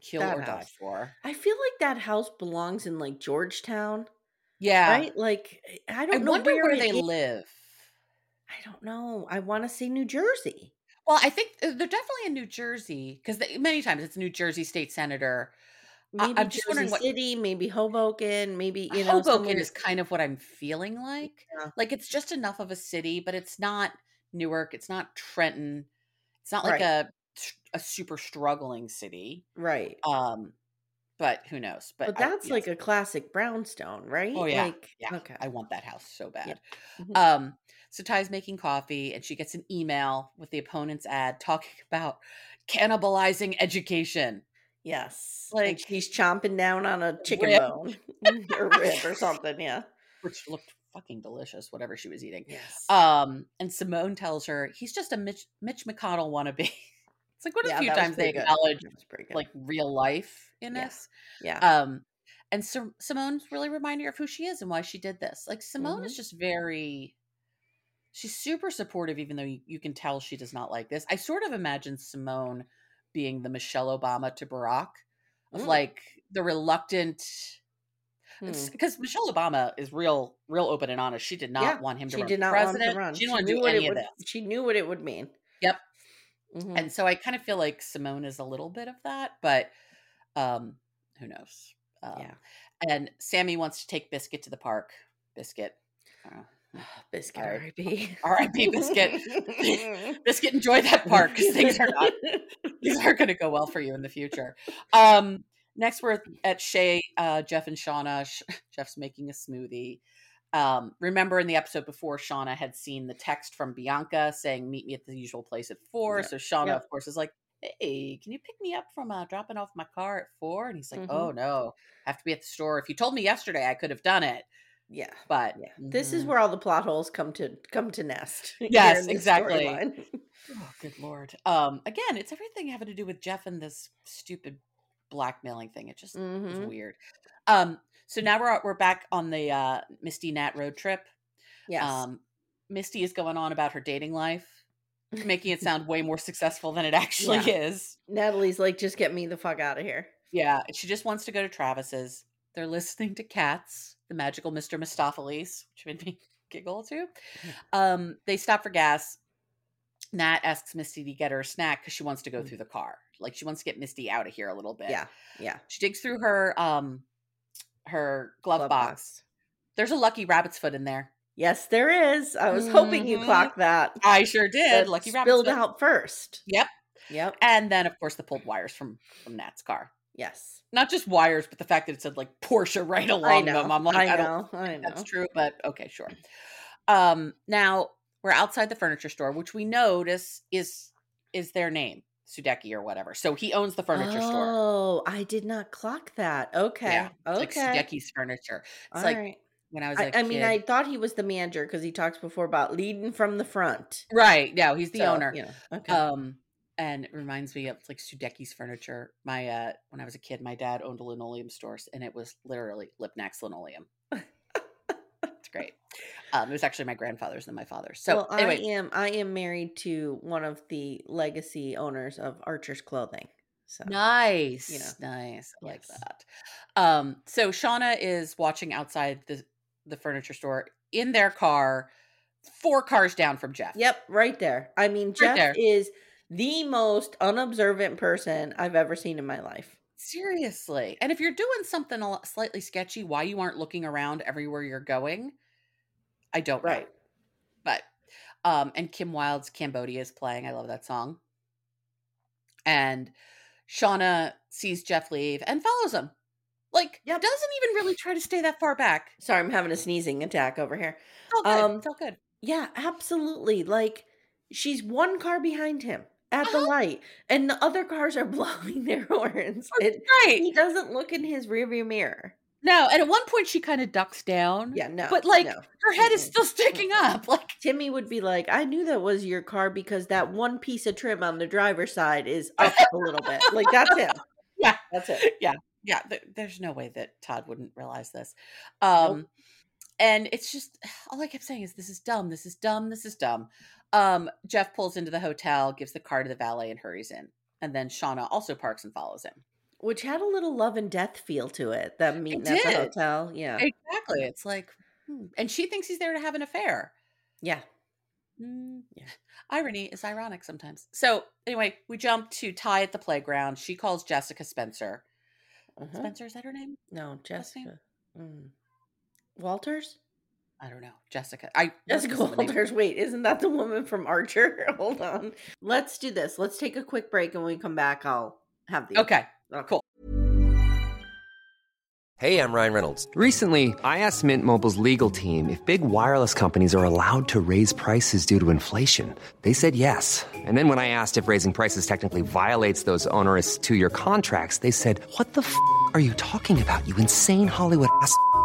B: kill
A: That
B: or die
A: house.
B: for.
A: I feel like that house belongs in like Georgetown,
B: Yeah,
A: right? Like I
B: I
A: don't know
B: wonder where,
A: it
B: they
A: is.
B: live.
A: I don't know. I want to say New Jersey.
B: Well, I think uh, they're definitely in New Jersey because many times it's New Jersey state senator. I-
A: Maybe
B: I'm
A: Jersey
B: just wondering what-
A: City, maybe Hoboken, maybe you know somewhere-
B: Hoboken is kind of what I'm feeling like.
A: Yeah.
B: Like it's just enough of a city, but it's not Newark. It's not Trenton. It's not like
A: Right.
B: a s- a super struggling city.
A: right.
B: Um, but who knows? But
A: But
B: I-
A: that's
B: yes.
A: like a classic brownstone, right?
B: Oh, yeah.
A: Like,
B: yeah,
A: Okay.
B: I want that house so bad.
A: Mhm.
B: Um, so Ty's making coffee and she gets an email with the opponent's ad talking (laughs) about cannibalizing education.
A: yes. Like
B: Like-
A: she's chomping down on a chicken
B: Rib.
A: bone (laughs) or rib
B: (laughs)
A: or something. Yeah.
B: which looked fucking delicious, whatever she was eating.
A: Yes.
B: Um, and Simone tells her he's just a Mitch, Mitch McConnell wannabe. (laughs) It's like one of the few times they acknowledge
A: That's pretty good.
B: like real life in
A: Yeah.
B: this.
A: yeah.
B: Um, and Sim- Simone's really reminding her of who she is and why she did this. Like Simone is
A: Mm-hmm.
B: just very, she's super supportive, even though you, you can tell she does not like this. I sort of imagine Simone being the Michelle Obama to Barack of
A: Mm.
B: like the reluctant
A: Hmm.
B: because Michelle Obama is real, real open and honest. She did not
A: Yeah,
B: want him to
A: she
B: run
A: did
B: for
A: not
B: president.
A: want to run.
B: She didn't want to
A: knew
B: do
A: what
B: any
A: it
B: of
A: would,
B: this.
A: She knew what it would mean.
B: Yep.
A: Mhm.
B: And so I kind of feel like Simone is a little bit of that, but um, who knows? Um,
A: yeah,
B: And Sammy wants to take Biscuit to the park. Biscuit. Uh,
A: (sighs) biscuit
B: All right.
A: R.I.P. (laughs)
B: R.I.P. Biscuit. (laughs) Biscuit, enjoy that park 'cause things are not these aren't going to go well for you in the future. Um, next, we're at Shay, uh, Jeff, and Shauna. Sh- (laughs) Jeff's making a smoothie. Um, remember in the episode before, Shauna had seen the text from Bianca saying, "Meet me at the usual place at 4.
A: Yeah.
B: So Shauna,
A: Yeah.
B: of course, is like, "Hey, can you pick me up from uh, dropping off my car at 4? And he's like,
A: Mhm.
B: "Oh no, I have to be at the store. If you told me yesterday, I could have done it."
A: (laughs) Yeah.
B: But
A: Yeah. This is
B: Mhm.
A: where all the plot holes come to come to nest. (laughs) here
B: Yes,
A: in this
B: exactly.
A: storyline.
B: Oh, good lord. Um, again, it's everything having to do with Jeff and this stupid blackmailing thing. It just was
A: Mhm.
B: weird. Um, so now we're we're back on the uh, Misty Nat road trip.
A: Yes.
B: Um, Misty is going on about her dating life, making it sound way more successful than it actually is.
A: Natalie's like, just get me the fuck out of here.
B: Yeah, she just wants to go to Travis's. They're listening to Cats, the magical Mr. Mistopheles, which made me (laughs) giggle too. Um, they stop for gas. Nat asks Misty to get her a snack because she wants to go through the car. Like she wants to get Misty out of here a little bit.
A: Mm. Yeah. Yeah.
B: She digs through her um her glove,
A: Glove
B: box.
A: box.
B: There's a lucky rabbit's foot in there.
A: Yes, there is. I was hoping you
B: Mhm.
A: clocked that.
B: I sure did.
A: That
B: lucky rabbit's
A: spilled
B: foot.
A: out first.
B: Yep.
A: Yep.
B: And then of course the pulled wires from from Nat's car.
A: Yes.
B: Not just wires, but the fact that it said like Porsche right
A: I
B: along
A: know.
B: them. I'm like, I,
A: I
B: don't
A: know. I know.
B: That's true, but okay, sure. Um, now we're outside the furniture store, which we notice is is their name, Sudeki or whatever. So he owns the furniture
A: oh,
B: store.
A: I did not clock that. Okay.
B: Yeah, it's
A: okay.
B: like Sudeki's furniture.
A: All
B: like,
A: right.
B: When I was
A: I,
B: like,
A: I mean, I thought he was the manager because he talks before about leading from the front.
B: right? No, he's the
A: So,
B: owner.
A: You know, okay.
B: Um, and it reminds me of like Sudeki's furniture. My uh, when I was a kid, my dad owned a linoleum store, s- and it was literally Lipnax linoleum. (laughs) it's great. Um, it was actually my grandfather's and my father's. So
A: well,
B: anyway,
A: I am I am married to one of the legacy owners of Archer's Clothing. So
B: Nice. Nice. I like
A: Yes.
B: that. Um, so Shauna is watching outside the the furniture store in their car, four cars down from Jeff.
A: Yep, right there. I mean, Jeff
B: there.
A: is the most unobservant person I've ever seen in my life.
B: Seriously. And if you're doing something a lot slightly sketchy, why you aren't looking around everywhere you're going, I don't know.
A: Right.
B: But um, and Kim Wilde's Cambodia is playing. I love that song. And Shauna sees Jeff leave and follows him. Like
A: Yep.
B: doesn't even really try to stay that far back.
A: Sorry, I'm having a sneezing attack over here.
B: It's all good.
A: Um,
B: it's all good.
A: Yeah, absolutely. Like she's one car behind him at the
B: Uh-huh.
A: light, and the other cars are (laughs) blowing their horns. It,
B: Right.
A: he doesn't look in his rearview mirror.
B: No, and at one point she kind of ducks down.
A: Yeah, no.
B: Mm-hmm. But, like,
A: no.
B: Her head is
A: Mm-mm.
B: still (laughs) sticking
A: Mm-mm.
B: up. Like,
A: Mm-hmm. (laughs) Timmy would be like, I knew that was your car because that one piece of trim on the driver's side
B: (laughs)
A: is up a little bit. Like that's him.
B: Yeah.
A: That's it.
B: yeah, th- there's no way that Todd wouldn't realize this. Um and it's just (sighs) all I kept saying is this is dumb, this is dumb, this is dumb. Um Jeff pulls into the hotel, gives the car to the valet and hurries in. And then Shauna also parks and follows him.
A: Which had a little love and death feel to it. That meeting at the
B: did.
A: hotel. Yeah.
B: Exactly. It's like hmm. and she thinks he's there to have an affair.
A: Yeah.
B: Mm,
A: Yeah.
B: Irony is ironic sometimes. So anyway, we jump to Ty at the playground. She calls Jessica Spencer.
A: Uh-huh.
B: Spencer, is that her name?
A: No,
B: Last name?
A: Jessica. Mm. Walters?
B: I don't know. Jessica. I what's
A: Jessica
B: the name?
A: Walters. Wait, isn't that the woman from Archer? (laughs) Hold on. Let's do this. Let's take a quick break and when we come back, I'll have the
B: Okay.
A: Okay.
B: Cool.
C: Hey, I'm Ryan Reynolds. Recently, I asked Mint Mobile's legal team if big wireless companies are allowed to raise prices due to inflation. They said yes. And then when I asked if raising prices technically violates those onerous two year contracts, they said, What the f are you talking about, you insane Hollywood ass? f-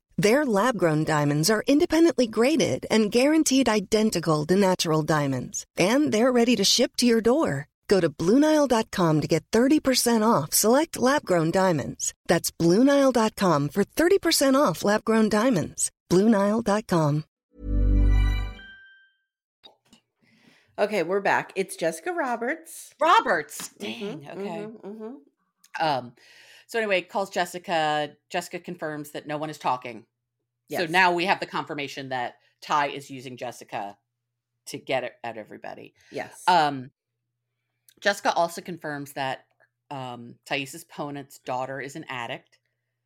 D: Their lab grown diamonds are independently graded and guaranteed identical to natural diamonds, and they're ready to ship to your door. Go to Bluenile.com to get 30% off select lab grown diamonds. That's Bluenile.com for 30% off lab grown diamonds. Bluenile.com.
A: Okay, we're back. It's Jessica Roberts.
B: Roberts. Dang.
A: Mhm,
B: okay.
A: mhm, mhm.
B: Um, so anyway, calls Jessica. Jessica confirms that no one is talking. So
A: Yes.
B: now we have the confirmation that Ty is using Jessica to get it at everybody.
A: Yes.
B: Um, Jessica also confirms that um, Thais's opponent's daughter is an addict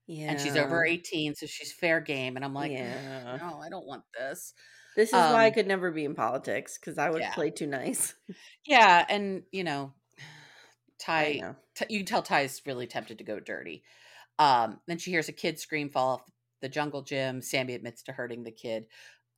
A: yeah.
B: and she's over 18, so she's fair game. And I'm like,
A: Yeah.
B: no, I don't want this.
A: This is why I
B: um,
A: could never be in politics because I would
B: Yeah.
A: play too nice. (laughs)
B: Yeah. And, you know, Ty,
A: I know. (laughs)
B: t- you can tell Ty's really tempted to go dirty. Um, then she hears a kid scream fall off the jungle gym. Sammy admits to hurting the kid.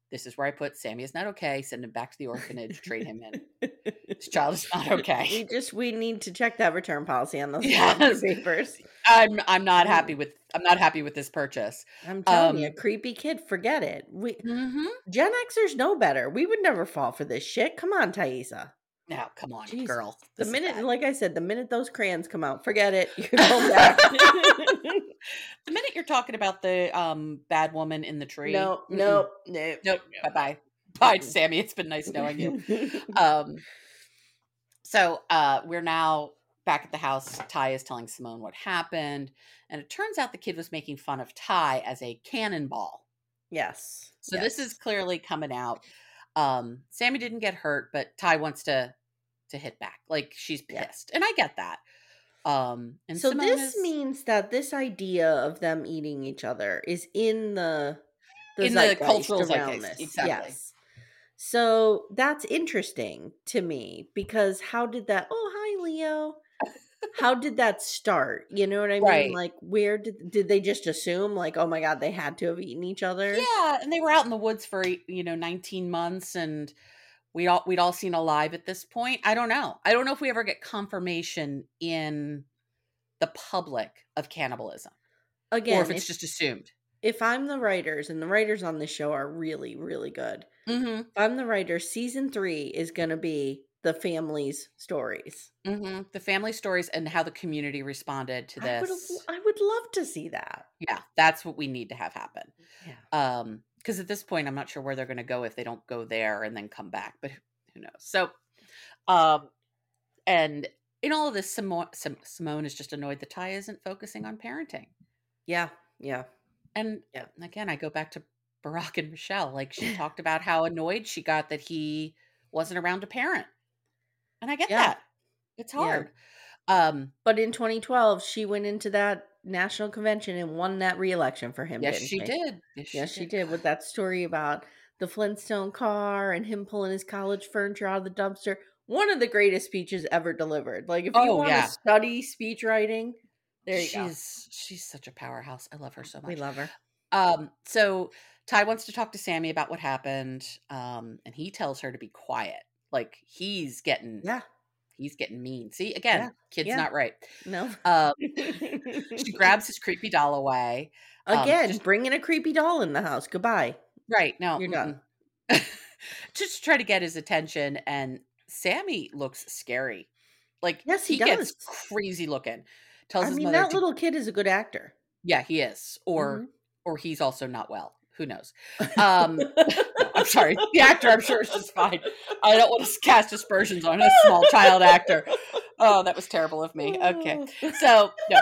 B: This is where I put Sammy is not okay. Send him back to the orphanage. Trade him in. This child is (laughs) not
A: We
B: okay.
A: just we need to check that return policy
B: (laughs)
A: on those
B: Yes.
A: laundry papers.
B: I'm I'm not
A: Mm.
B: happy with I'm not happy with this purchase.
A: I'm telling you,
B: Um,
A: a creepy kid. Forget it. We
B: Mm-hmm.
A: Gen Xers know better. We would never fall for this shit. Come on, Thaisa.
B: Now, come on,
A: Jesus.
B: girl.
A: The
B: this is
A: minute,
B: bad.
A: like I said, the minute those crayons come out, forget
B: (laughs)
A: it. You can go (laughs) back.
B: the minute you're talking about the um bad woman in the tree.
A: no,
B: mm-mm,
A: no, no,
B: nope. Bye bye. Bye, Sammy. It's been nice knowing
A: (laughs)
B: you. um so uh we're now back at the house ty is telling simone what happened and it turns out the kid was making fun of ty as a cannonball
A: yes.
B: so this is clearly coming out um sammy didn't get hurt but ty wants to to hit back like she's
A: Yeah.
B: pissed and i get that um and
A: so
B: Simone
A: this
B: is
A: means that this idea of them eating each other is in the,
B: In the
A: zeitgeist
B: cultural
A: around
B: zeitgeist,
A: this.
B: exactly.
A: Yes. So that's interesting to me because how did that? Oh, hi, Leo. How did that start? You know what I mean?
B: Right.
A: Like, where did did they just assume like, oh my god, they had to have eaten each other?
B: yeah and they were out in the woods for you know 19 months and we all we'd all seen alive at this point i don't know i don't know if we ever get confirmation in the public of cannibalism
A: Again,
B: or if it's
A: if-
B: just assumed
A: if I'm the writers and the writers on this show are really, really good.
B: mm-hmm
A: If I'm the writer, season three is going to be the family's stories.
B: mm-hmm the family stories and how the community responded to
A: I would,
B: this
A: I would love to see that.
B: yeah that's what we need to have happen
A: Yeah.
B: um because at this point i'm not sure where they're going to go if they don't go there and then come back but who- who knows so um and in all of this simone, Sim- simone is just annoyed that ty isn't focusing on parenting
A: Yeah. Yeah.
B: and
A: Yeah.
B: again i go back to barack and michelle
A: (laughs)
B: like she talked about how annoyed she got that he wasn't around to parent and i get
A: Yeah.
B: that it's
A: Yeah.
B: hard um
A: But in 2012, she went into that national convention and won that reelection for him.
B: yes
A: didn't
B: she did
A: Yes, she did with that story about the Flintstone car and him pulling his college furniture out of the dumpster. One of the greatest speeches ever delivered. Like if you
B: Oh,
A: want
B: yeah.
A: to study speech writing, there you
B: she's
A: go. Mm,
B: she's such a powerhouse i love her so
A: (laughs)
B: much
A: We love her.
B: Um, so Ty wants to talk to Sammy about what happened. Um, and he tells her to be quiet. Like he's getting
A: Yeah.
B: he's getting mean. See, again, kid's
A: yeah.
B: not right.
A: No.
B: Um
A: (laughs)
B: she grabs his creepy doll away. um,
A: Again,
B: just-
A: bringing a creepy doll in the house. Goodbye.
B: Right, no.
A: You're done.
B: mm-mm. (laughs) Just to try to get his attention and Sammy looks scary. Like
A: Yes, he
B: gets
A: does.
B: crazy looking. Tells
A: I
B: his
A: mean,
B: mother
A: that
B: to-
A: little kid is a good actor.
B: Yeah, he is. Or
A: Mhm.
B: or he's also not well.
A: (laughs)
B: Who knows? Um (laughs) No, I'm sorry. The actor, I'm sure, is just fine. I don't want to cast aspersions on a small child actor. Oh, that was terrible of me. (laughs)
A: (laughs)
B: Okay.
A: Oh.
B: So, no,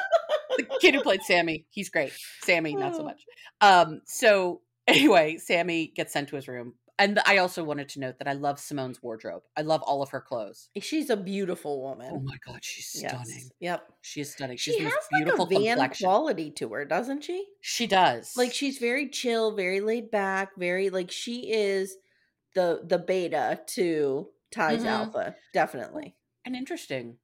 B: the kid who played Sammy, he's great. Sammy, not so (laughs) much. Um, so Anyway, Sammy gets sent to his room. And I also wanted to note that I love Simone's wardrobe. I love all of her clothes.
A: She's a beautiful
B: Oh
A: woman.
B: my god, she's
A: Yes.
B: stunning.
A: Yep.
B: She is stunning. She's
A: She
B: the
A: has
B: most
A: like
B: beautiful
A: a van
B: complexion.
A: quality to her, doesn't she?
B: She does.
A: Like she's very chill, very laid back, very like she is the the beta to Ty's
B: Mhm.
A: alpha, definitely.
B: and interesting.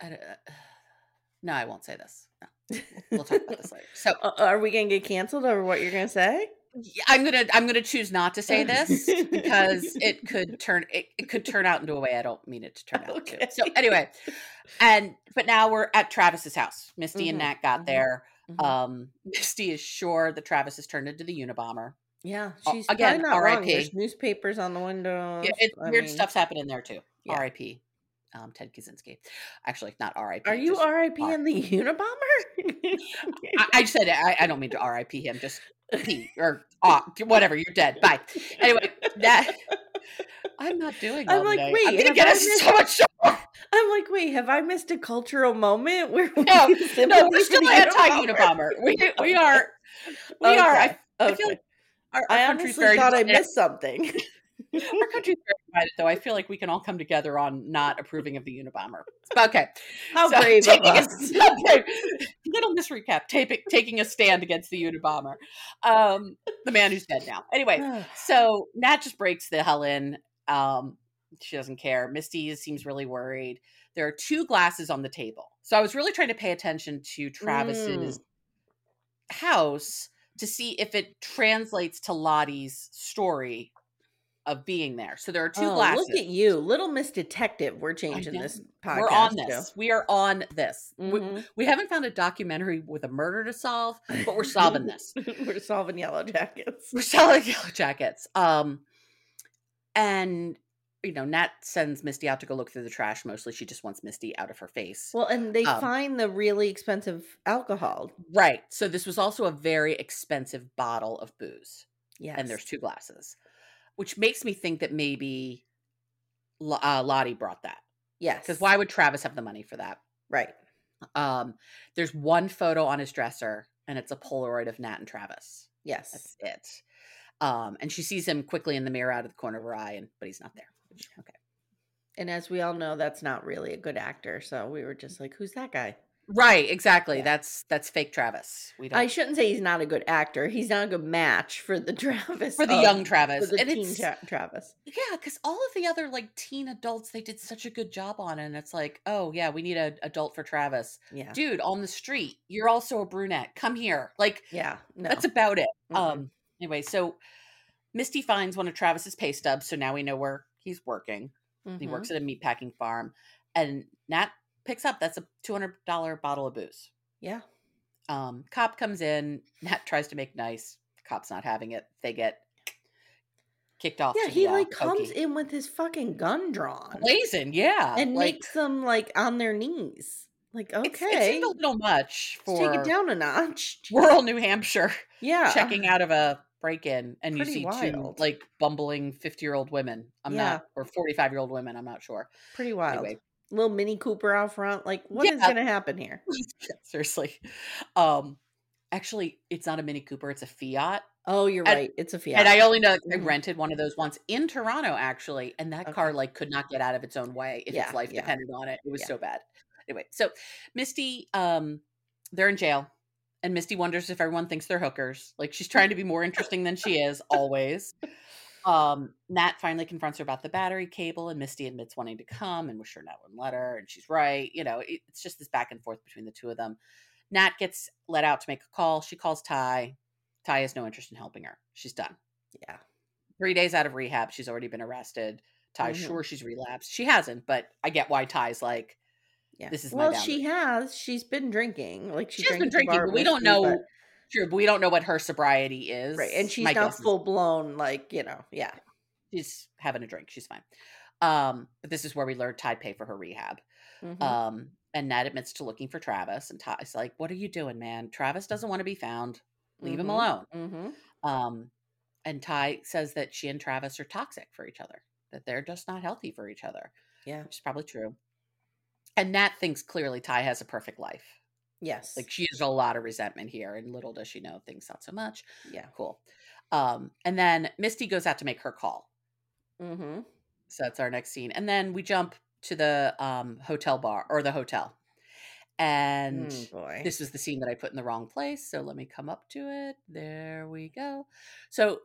B: I don't, (sighs) no, I won't say this. No, we'll talk
A: (laughs)
B: about this later. So
A: Uh, Are we gonna get canceled over what you're gonna
B: (laughs)
A: say?
B: yeah, I'm gonna I'm gonna choose not to
A: Oh.
B: say this because
A: (laughs)
B: it could turn it, it could turn out into a way I don't mean it to turn out
A: Okay.
B: to. So
A: (laughs)
B: anyway,
A: Mm-hmm.
B: and but now we're at Travis's house. Misty
A: Mhm,
B: and Nat got
A: mhm,
B: there.
A: Mhm.
B: Um, (laughs) Misty is sure that Travis has turned into the Unabomber.
A: yeah,
B: uh,
A: she's
B: again,
A: again not wrong.
B: RIP.
A: There's newspapers on the windows.
B: Yeah, it's
A: I
B: weird
A: mean,
B: stuff's happening there too.
A: Yeah.
B: R.I.P. Um, Ted Kaczynski. Actually, not R.I.P.
A: Are you
B: just-
A: RIP
B: are.
A: in the (laughs) Unabomber?
B: I, I said it. I, I don't mean to R.I.P. him. Just P or ah, whatever. You're dead. Bye. Anyway, that I'm not doing.
A: I'm
B: well
A: like,
B: today.
A: wait,
B: I'm gonna
A: have
B: get
A: I
B: us in so much. trouble.
A: I'm like, wait, have I missed a cultural moment where we (laughs)
B: No,
A: sympathize
B: No, we're
A: for
B: still
A: the (laughs)
B: anti-Unabomber. We we are. We are. I,
A: Okay,
B: I feel
A: okay.
B: like our, our
A: I
B: country's
A: honestly
B: very
A: thought I
B: divided.
A: missed
B: (laughs)
A: something. (laughs)
B: Our country's very divided, though. I feel like we can all come together on not approving of the Unabomber. Okay.
A: How
B: So,
A: brave of
B: taking a-
A: us.
B: (laughs) so brave. Little miss recap, taping, taking a stand against the Unabomber, um, the man who's dead now. Anyway,
A: (sighs)
B: so Nat just breaks the hell in. Um, she doesn't care. Misty seems really worried. There are two glasses on the table, so I was really trying to pay attention to Travis's
A: Mm.
B: house to see if it translates to Lottie's story of being there. So there are two
A: Oh,
B: glasses.
A: Look at you, little Miss Detective. We're changing
B: know.
A: this podcast.
B: We're on
A: too.
B: this. We are on this. We-
A: Mhm.
B: we haven't found a documentary with a murder to solve, but
A: (laughs)
B: we're solving this.
A: Mm-hmm.
B: (laughs)
A: We're solving yellow jackets.
B: We're solving Yellow Jackets. Um, and you know, Nat sends Misty out to go look through the trash. Mostly, she just wants Misty out of her face.
A: (laughs) Well, and they
B: Um,
A: find the really expensive alcohol.
B: right. So this was also a very expensive bottle of booze,
A: Yes.
B: and there's two glasses, which makes me think that maybe Lo- uh, Lottie brought that
A: yes.
B: because why would Travis have the money for that?
A: Right.
B: Um, there's one photo on his dresser, and it's a Polaroid of Nat and Travis.
A: Yes.
B: That's it. Um, and she sees him quickly in the mirror out of the corner of her eye, and but he's not there. which- Okay,
A: And as we all know, that's not really a good actor. So we were
B: Mm.
A: just like, who's that guy?
B: right, exactly.
A: Yeah.
B: That's that's fake Travis. We don't
A: I shouldn't say he's not a good actor. He's not a good match for the (laughs) Travis.
B: for the
A: of-
B: young
A: um, For
B: Travis,
A: the
B: and
A: teen
B: it's
A: Tra- Travis.
B: yeah, because all of the other like teen adults they did such a good job on, and it's like, oh yeah, we need an adult for Travis,
A: Yeah.
B: dude on the street. You're also a brunette. Come here, like
A: yeah. No.
B: that's about it.
A: Mm-mm.
B: Um, anyway, so Misty finds one of Travis's pay stubs, so now we know where he's working. He
A: Mhm.
B: works at a meatpacking farm, and Nat picks up that's a two hundred dollar bottle of booze.
A: Yeah.
B: Um, cop comes in. (laughs) Nat tries to make nice. Cop's not having it. They get kicked off.
A: Yeah.
B: to
A: He
B: the, uh,
A: like comes
B: Okie.
A: in with his fucking gun drawn
B: blazing. Yeah,
A: and
B: like,
A: makes them like on their knees. Like, okay.
B: it's- it seemed a little much
A: Let's
B: for
A: take it down a notch.
B: rural New Hampshire (laughs)
A: Yeah.
B: checking out of a break in, and you
A: Pretty
B: see two
A: wild.
B: like bumbling fifty year old women. I'm
A: Yeah.
B: not or forty five year old women. I'm not sure.
A: Pretty wild.
B: Anyway. (laughs)
A: Little Mini Cooper out front. Like, what is
B: Yeah.
A: going to happen here?
B: Yeah, seriously. Um, actually, it's not a Mini Cooper. It's a Fiat.
A: Oh, you're
B: And-
A: right. It's a Fiat.
B: And I only know like, I
A: Mhm.
B: rented one of those once in Toronto, actually, and that car
A: Okay.
B: like could not get out of its own way if
A: Yeah,
B: its life
A: yeah.
B: depended on it. It was
A: Yeah.
B: so bad. Anyway, so Misty, um, they're in jail, and Misty wonders if everyone thinks they're hookers. Like she's trying to be more interesting than she is always. Um, Nat finally confronts her about the battery cable, and Misty admits wanting to come, and we're sure Nat wouldn't let her, and she's right. You know, it- it's just this back and forth between the two of them. Nat gets let out to make a call. She calls Ty. Ty has no interest in helping her. She's done
A: yeah.
B: three days out of rehab. She's already been arrested. Ty's
A: Mhm.
B: sure she's relapsed. She hasn't, but I get why Ty's like,
A: Yeah.
B: This is my
A: well, she has. She's been drinking. Like she
B: she's been
A: drank the
B: drinking,
A: bar
B: but we don't
A: whiskey,
B: know. Sure, but we don't know what her sobriety is.
A: but- right, and she's
B: My
A: not
B: guess is
A: full blown. Like you know, yeah,
B: She's having a drink. She's fine. Um, but this is where we learned Ty paid for her rehab.
A: Mhm.
B: Um, and Nat admits to looking for Travis, and Ty's like, "What are you doing, man? Travis doesn't want to be found. Leave him
A: Mhm,
B: alone."
A: mhm.
B: Um, and Ty says that she and Travis are toxic for each other. That they're just not healthy for each other.
A: Yeah,
B: which is probably true. And Nat thinks clearly Ty has a perfect life.
A: Yes.
B: Like she has a lot of resentment here, and little does she know things not so much.
A: yeah.
B: Cool. Um, and then Misty goes out to make her call.
A: Mm-hmm.
B: So that's our next scene. And then we jump to the um, hotel bar or the hotel. And
A: boy.
B: this is the scene that I put in the wrong place. So let me come up to it. There we go. So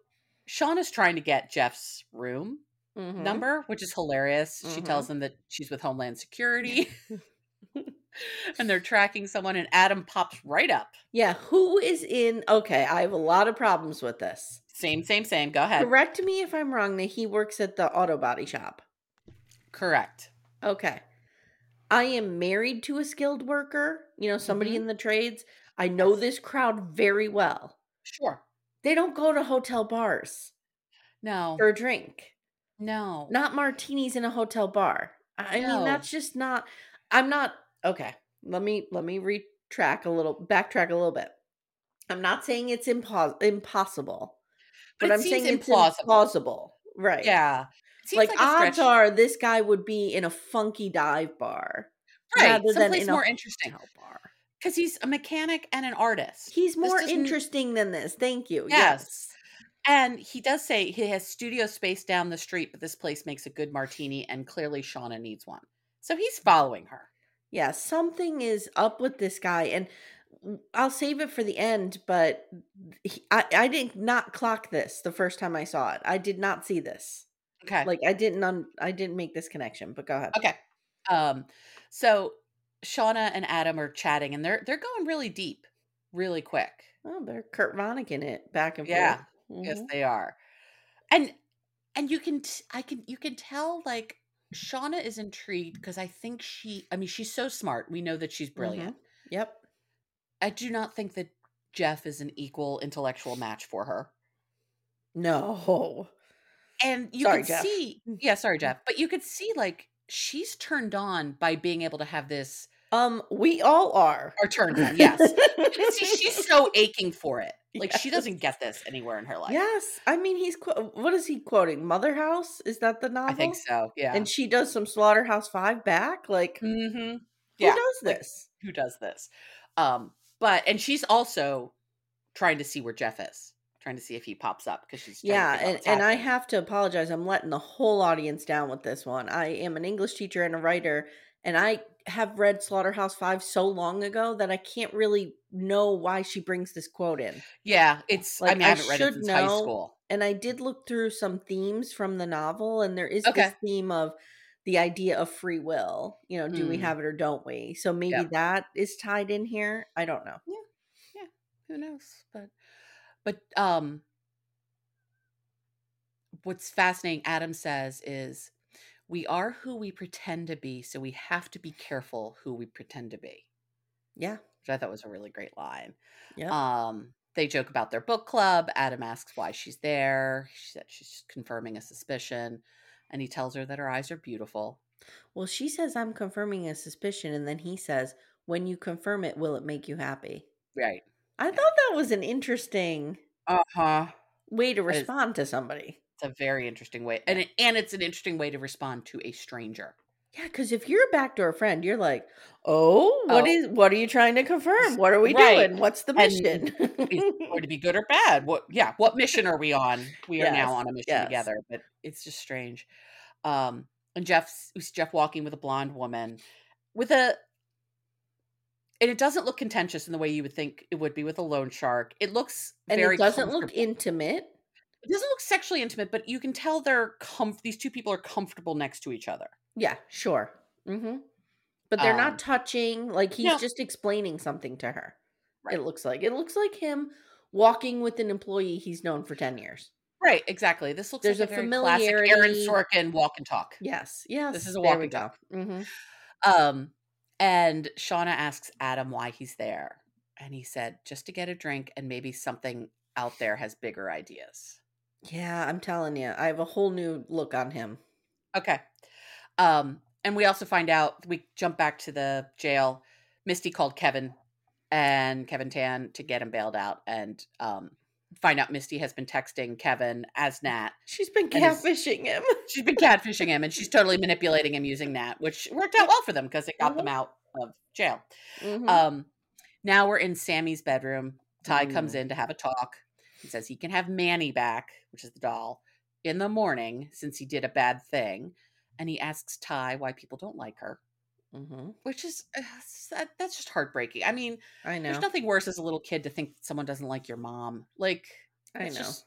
B: Sean is trying to get Jeff's room
A: Mhm.
B: number, which is hilarious. She
A: Mhm.
B: tells them that she's with Homeland
A: (laughs)
B: Security (laughs) and they're tracking someone, and Adam pops right up.
A: Yeah. Who is in? Okay, I have a lot of problems with this.
B: Same, same, same. Go ahead.
A: Correct me if I'm wrong. That he works at the auto body shop.
B: Correct.
A: Okay. I am married to a skilled worker, you know, somebody
B: Mm-hmm.
A: in the trades. I know this crowd very well.
B: Sure.
A: They don't go to hotel bars
B: No.
A: for a drink,
B: No.
A: not martinis in a hotel bar. I
B: No.
A: mean, that's just not, I'm not, okay. Let me, let me retrack a little, backtrack a little bit. I'm not saying it's impos- impossible, but,
B: it
A: I'm
B: seems
A: saying it's
B: implausible.
A: implausible. Right.
B: Yeah. It seems
A: Like,
B: a
A: odds
B: stretch.
A: are this guy would be in a funky dive bar.
B: right.
A: rather than
B: Someplace
A: in a
B: more interesting.
A: bar.
B: Because he's a mechanic and an artist.
A: He's
B: This
A: more
B: doesn't-
A: interesting than this. Thank you.
B: Yes. And he does say he has studio space down the street, but this place makes a good martini, and clearly Shauna needs one. So he's following her.
A: Yeah, something is up with this guy and w- I'll save it for the end, but he, I I did not clock this the first time I saw it. I did not see this.
B: Okay.
A: Like I didn't un, I didn't make this connection, but go ahead.
B: Okay. Um, so Shauna and Adam are chatting and they're they're going really deep, really quick.
A: Oh, they're Kurt Vonnegut it back and
B: Yeah. Mm-hmm.
A: forth.
B: Yes,
A: Mhm.
B: they are. And and you can t- I can you can tell like Shauna is intrigued because I think she I mean she's so smart. We know that she's
A: Mm-hmm.
B: brilliant.
A: Yep.
B: I do not think that Jeff is an equal intellectual match for her.
A: No.
B: And you
A: Sorry,
B: could
A: Jeff. Mm.
B: see Yeah, sorry Jeff, but you could see like she's turned on by being able to have this
A: Um we all
B: (laughs)
A: are.
B: or turned on. Yes. But
A: (laughs)
B: see, she's so aching for it. Like she doesn't get this anywhere in her life.
A: Yes. I mean, he's qu- what is he quoting? Mother House? Is that the novel?
B: I think so. Yeah.
A: uh-huh. And she does some Slaughterhouse 5 back? Like
B: mm-hmm. Yeah.
A: Who does this?
B: Who does this? Um, but and she's also trying to see where Jeff is, trying to see if he pops up because she's trying to
A: yeah,
B: figure out
A: and,
B: what's
A: and I
B: happening.
A: have to apologize. I'm letting the whole audience down with this one. I am an English teacher and a writer, and I have read Slaughterhouse Five so long ago that I can't really know why she brings this quote in.
B: yeah, it's I
A: like,
B: mean I
A: I
B: haven't read it
A: should
B: since high
A: know-
B: school.
A: And I did look through some themes from the novel, and there is this
B: Okay.
A: theme of the idea of free will. You know, do we
B: Hmm.
A: have it or don't we? So maybe
B: Yeah.
A: that is tied in here. I don't know.
B: Who knows? But but um, what's fascinating? Adam says is we are who we pretend to be, so we have to be careful who we pretend to be.
A: Yeah.
B: which I thought was a really great line.
A: Yeah.
B: Um, they joke about their book club. Adam asks why she's there. She said she's just confirming a suspicion, and he tells her that her eyes are beautiful.
A: Well, she says, I'm confirming a suspicion. And then he says, when you confirm it, will it make you happy?
B: Right.
A: I thought that was an interesting
B: Uh huh.
A: way to
B: That is-
A: respond to somebody.
B: It's a very interesting way, and it, and it's an interesting way to respond to a stranger.
A: Yeah, because if you're a backdoor friend, you're like, oh, what
B: Oh.
A: is? what are you trying to confirm? What are we
B: Right.
A: doing? What's the
B: And
A: mission? (laughs)
B: Is (laughs) it going to be good or bad? What? Yeah. What mission are we on? We are
A: Yes,
B: now on a mission
A: yes.
B: together, but it's just strange. Um, and Jeff's we see Jeff walking with a blonde woman with a and it doesn't look contentious in the way you would think it would be with a loan shark. It looks
A: and
B: very
A: it doesn't look
B: comfortable.
A: intimate.
B: it doesn't look sexually intimate, but you can tell they're com- these two people are comfortable next to each other.
A: Yeah, sure. hmm But they're
B: Um,
A: not touching. Like he's
B: no.
A: just explaining something to her.
B: Right.
A: It looks like it looks like him walking with an employee he's known for ten years.
B: Right, exactly. This looks
A: There's
B: like
A: a
B: a, very classic Aaron
A: familiarity.
B: Sorkin walk and talk.
A: Yes, yes.
B: is
A: there
B: a walk
A: we
B: and
A: go.
B: talk.
A: Mhm.
B: Um, and Shauna asks Adam why he's there. And he said, just to get a drink and maybe something out there has bigger ideas.
A: Yeah, I'm telling you, I have a whole new look on him.
B: Okay. Um, and we also find out we jump back to the jail. Misty called Kevin and Kevin Tan to get him bailed out and um find out Misty has been texting Kevin as Nat.
A: She's been
B: And his-
A: catfishing him.
B: She's been catfishing him and she's totally manipulating him using Nat, which worked out well for them because it got them out of jail.
A: Mhm.
B: Um, Now we're in Sammy's bedroom. Ty
A: Mm.
B: comes in to have a talk. He says he can have Manny back, which is the doll, in the morning since he did a bad thing. And he asks Ty why people don't like her,
A: Mm-hmm.
B: which is uh, that- that's just heartbreaking. I mean,
A: I know.
B: there's nothing worse as a little kid to think that someone doesn't like your mom. Like
A: I
B: it's
A: know.
B: just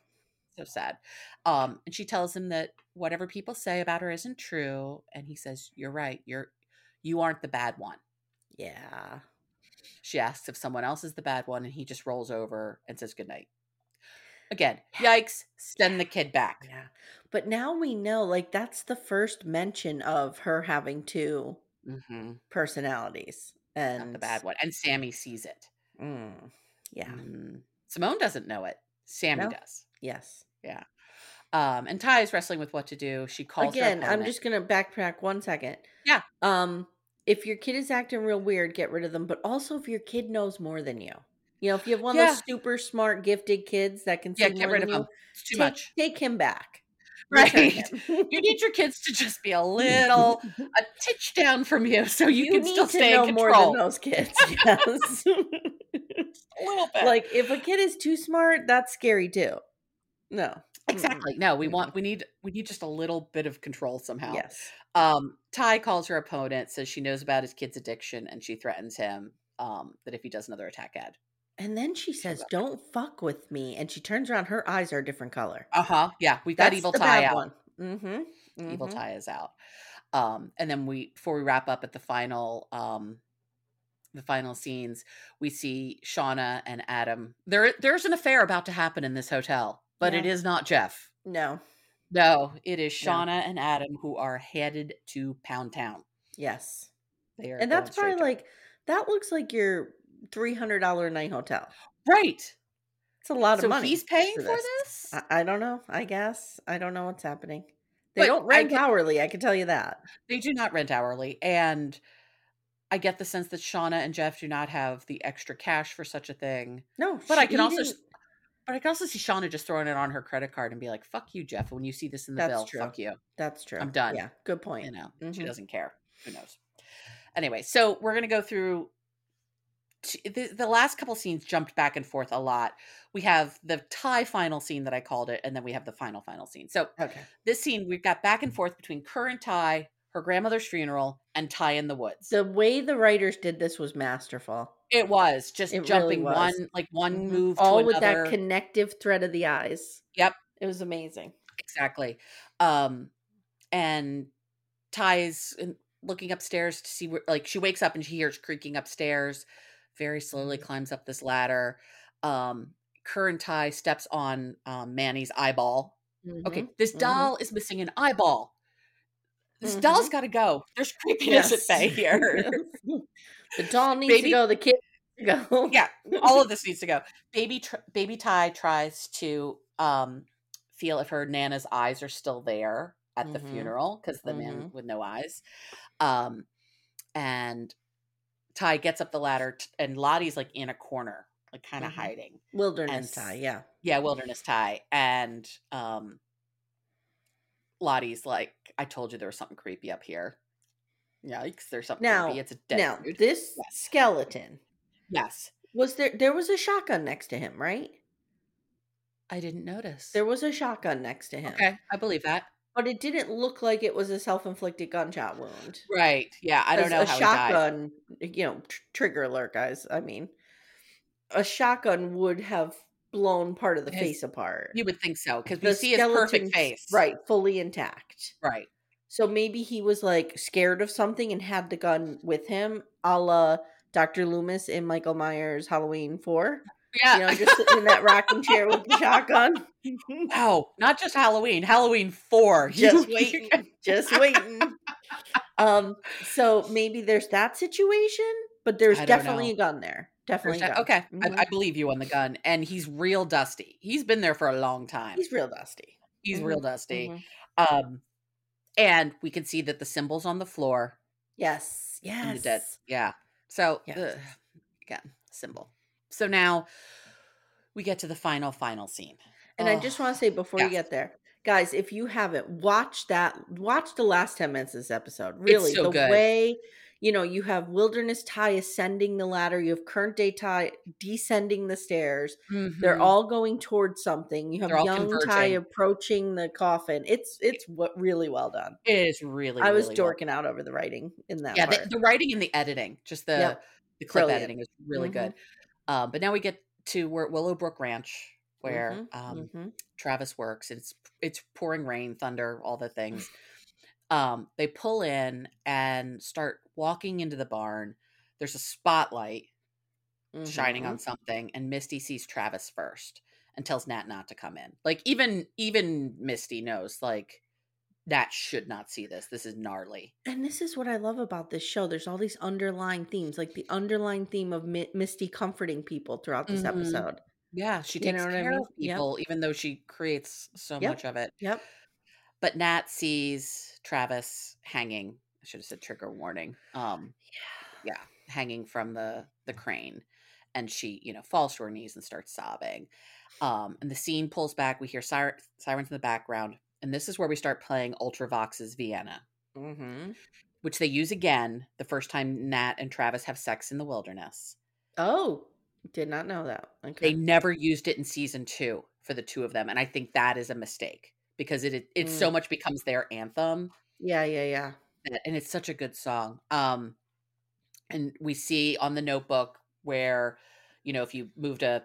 B: so sad. Um, and she tells him that whatever people say about her isn't true, and he says, "You're right. You're you aren't the bad one."
A: yeah.
B: She asks if someone else is the bad one, and he just rolls over and says goodnight. Again, yikes! Send the kid back.
A: Yeah. But now we know, like, that's the first mention of her having two
B: Mm-hmm.
A: personalities. And
B: Not the bad one. And Sammy sees it.
A: Mm, yeah.
B: Mhm. Simone doesn't know it. Sammy
A: No.
B: does.
A: Yes.
B: Um, and Ty is wrestling with what to do. She calls her
A: Again, I'm
B: opponent.
A: just gonna backtrack one second.
B: Yeah.
A: Um, if your kid is acting real weird, get rid of them. But also, if your kid knows more than you, you know, if you have one of those super smart, gifted kids that can
B: yeah,
A: see
B: get
A: more
B: rid of
A: than
B: him.
A: you,
B: It's too
A: take,
B: much.
A: Take him back. Return
B: right?
A: him.
B: (laughs) you need your kids to just
A: (laughs)
B: be a little a titch down from you, so you, can
A: need
B: still
A: to
B: stay
A: know
B: in control.
A: more than those
B: (laughs)
A: kids. Yes. (laughs)
B: a little bit,
A: like if a kid is too smart, that's scary too. No. Mm-mm.
B: exactly. No, we want we need we need just a little bit of control somehow.
A: Yes.
B: Um, Ty calls her opponent, says she knows about his kid's addiction, and she threatens him um, that if he does another attack ad.
A: And then she says, "Don't fuck with me." And she turns around. Her eyes are a different color.
B: Uh huh. Yeah, we've got evil Ty out.
A: Mm-hmm.
B: Evil Ty is out. Um, and then we before we wrap up at the final um the final scenes, we see Shauna and Adam. There there's an affair about to happen in this hotel, but it
A: Yeah.
B: is not Jeff.
A: No.
B: No, it is
A: No.
B: Shauna and Adam who are headed to Pound Town.
A: Yes.
B: They are
A: and that's
B: going
A: probably
B: straight
A: like that looks like your three hundred dollar night hotel.
B: to- right.
A: It's a lot
B: so
A: of money.
B: he's paying
A: for
B: for this.
A: I, I don't know. I guess I don't know what's happening. They
B: But
A: don't
B: I
A: rent
B: get-
A: hourly. I can tell you that.
B: they do not rent hourly, and I get the sense that Shauna and Jeff do not have the extra cash for such a thing.
A: No,
B: But I
A: she-
B: can
A: he
B: also s-
A: didn't-
B: But I can also see Shauna just throwing it on her credit card and be like, "Fuck you, Jeff." When you see this in the
A: That's
B: bill,
A: true.
B: fuck you.
A: That's true.
B: done.
A: Yeah, good point.
B: You know, she
A: Mhm.
B: doesn't care. Who knows? Anyway, so we're gonna go through. t- The, the last couple scenes jumped back and forth a lot. We have the tie final scene that I called it, and then we have the final final scene. So
A: Okay.
B: this scene we've got back
A: Mm.
B: and forth between Kerr and Ty, her grandmother's funeral, and Ty in the woods.
A: The way the writers did this was masterful.
B: it was just
A: It really
B: jumping
A: was.
B: one like one
A: Mhm.
B: move
A: all
B: to
A: with
B: another.
A: that connective thread of the eyes.
B: Yep.
A: it was amazing.
B: Exactly. Um, and Ty's in- looking upstairs to see where, like, she wakes up and she hears creaking upstairs, very slowly
A: Mm-hmm.
B: climbs up this ladder. Um, Kerr and Ty steps on um, Manny's eyeball. Okay, this
A: mhm.
B: doll is missing an eyeball. This doll's got to go. There's creepiness at
A: (laughs)
B: bay here.
A: Mm-hmm. Yes. the doll needs
B: Baby-
A: to go. The kid (laughs) needs to go.
B: yeah, all of this needs to go. Baby, tr- baby Ty tries to um, feel if her nana's eyes are still there at the
A: Mhm.
B: funeral because the man with no eyes, um, and Ty gets up the ladder t- and Lottie's like in a corner, like kind of
A: Mhm.
B: hiding.
A: wilderness
B: And
A: tie.
B: s-
A: Yeah,
B: Yeah, wilderness Ty and um, Lottie's like, I told you there was something creepy up here. Yikes! There's something
A: Now-
B: creepy. It's a dead
A: now
B: dude.
A: this
B: Yes.
A: skeleton
B: yes,
A: was there. There was a shotgun next to him, right?
B: I didn't notice.
A: There was a shotgun next to him.
B: okay, I believe that.
A: but it didn't look like it was a self-inflicted gunshot wound.
B: Right. Yeah. I don't
A: 'Cause
B: know
A: a
B: how he died.
A: shotgun. You know, tr- trigger alert, guys. I mean, a shotgun would have blown part of the
B: His-
A: face apart.
B: You would think so because we
A: The
B: see his perfect
A: skeleton's-
B: face.
A: right, fully intact.
B: Right.
A: So maybe he was like scared of something and had the gun with him, a la Dr. Loomis in Michael Myers Halloween 4.
B: Yeah.
A: You know, just sitting in that rocking chair with the shotgun.
B: (laughs) wow. Not just Halloween. Halloween four.
A: (laughs)
B: You-
A: Just
B: you
A: waiting.
B: can- (laughs)
A: Just waiting. Um, so maybe there's that situation, but there's
B: I don't
A: definitely
B: know.
A: a gun there. Definitely. a gun.
B: okay.
A: Mhm.
B: I, I believe you on the gun. And he's real dusty. He's been there for a long time.
A: He's real dusty.
B: He's
A: mhm,
B: real dusty.
A: Mhm.
B: Um, and we can see that the symbols on the floor
A: Yes. Yes.
B: and the dead. Yeah. So
A: Yes.
B: ugh, again, symbol. So now we get to the final, final scene. Oh,
A: And I just
B: Ugh.
A: want to say before
B: yeah.
A: you get there, guys, if you haven't watched that, watch the last 10 minutes of this episode. Really,
B: so
A: the
B: good.
A: way you know, you have Wilderness Ty ascending the ladder, you have current day Ty descending the stairs. They're
B: Mhm.
A: all going towards something. You have
B: They're all
A: young
B: converging.
A: Ty approaching the coffin. It's it's what really well done.
B: It is really.
A: I was
B: really well
A: dorking out over the writing in that
B: yeah
A: part.
B: the, the writing and the editing just the
A: Yep.
B: the clip
A: Brilliant. Mm-hmm.
B: editing is really good um, but now we get to where willowbrook ranch where
A: Mhm,
B: um,
A: mhm.
B: travis works it's it's pouring rain thunder all
A: (sighs)
B: the things um, they pull in and start walking into the barn there's a spotlight shining
A: Mhm.
B: on something and misty sees travis first and tells nat not to come in like even even misty knows like nat should not see this this is gnarly
A: And this is what I love about this show. There's all these underlying themes, like the underlying theme of Mi- Misty comforting people throughout this
B: Mhm.
A: episode.
B: Yeah, she
A: You
B: takes
A: know what I
B: care
A: mean?
B: of
A: Yep.
B: people, even though she creates so
A: Yep.
B: much of it.
A: Yep.
B: But Nat sees Travis hanging. I should have said trigger warning. Um, yeah, hanging from the the crane, and she, you know, falls to her knees and starts sobbing. Um, and the scene pulls back. We hear sir- sirens in the background, and this is where we start playing Ultravox's Vienna,
A: Mm-hmm.
B: which they use again the first time Nat and Travis have sex in the wilderness.
A: Oh, did not know that.
B: they
A: Okay.
B: never used it in season two for the two of them and i think that is a mistake because it it, it so
A: Mm.
B: much becomes their anthem
A: yeah, yeah, yeah.
B: that- and it's such a good song um and we see on the notebook where you know if you moved a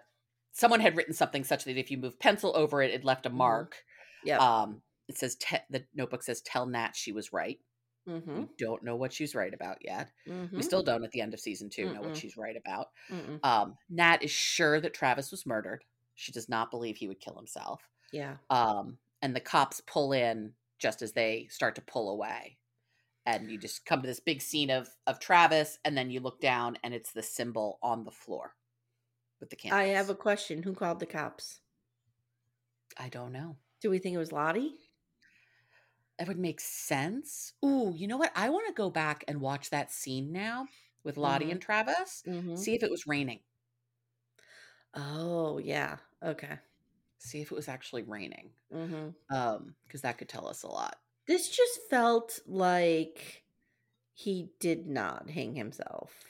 B: someone had written something such that if you moved pencil over it it left a
A: Mhm.
B: mark
A: Yeah.
B: um it says te- the notebook says tell nat she was right
A: mm-hmm.
B: we don't know what she's right about yet
A: Mm-hmm.
B: we still don't at the end of season 2 know what
A: Mm-mm.
B: she's right about
A: Mm-mm.
B: um, Nat is sure that Travis was murdered. She does not believe he would kill himself.
A: Yeah.
B: Um, and the cops pull in just as they start to pull away. And you just come to this big scene of of Travis, and then you look down, and it's the symbol on the floor with the candles.
A: I have a question. Who called the cops?
B: I don't know.
A: Do we think it was Lottie?
B: That would make sense. Ooh, you know what? I want to go back and watch that scene now with Lottie
A: Mhm.
B: and Travis.
A: Mm-hmm.
B: See if it was raining.
A: Oh, yeah. Okay.
B: See if it was actually raining.
A: Mm-hmm.
B: Um, because that could tell us a lot.
A: This just felt like he did not hang himself.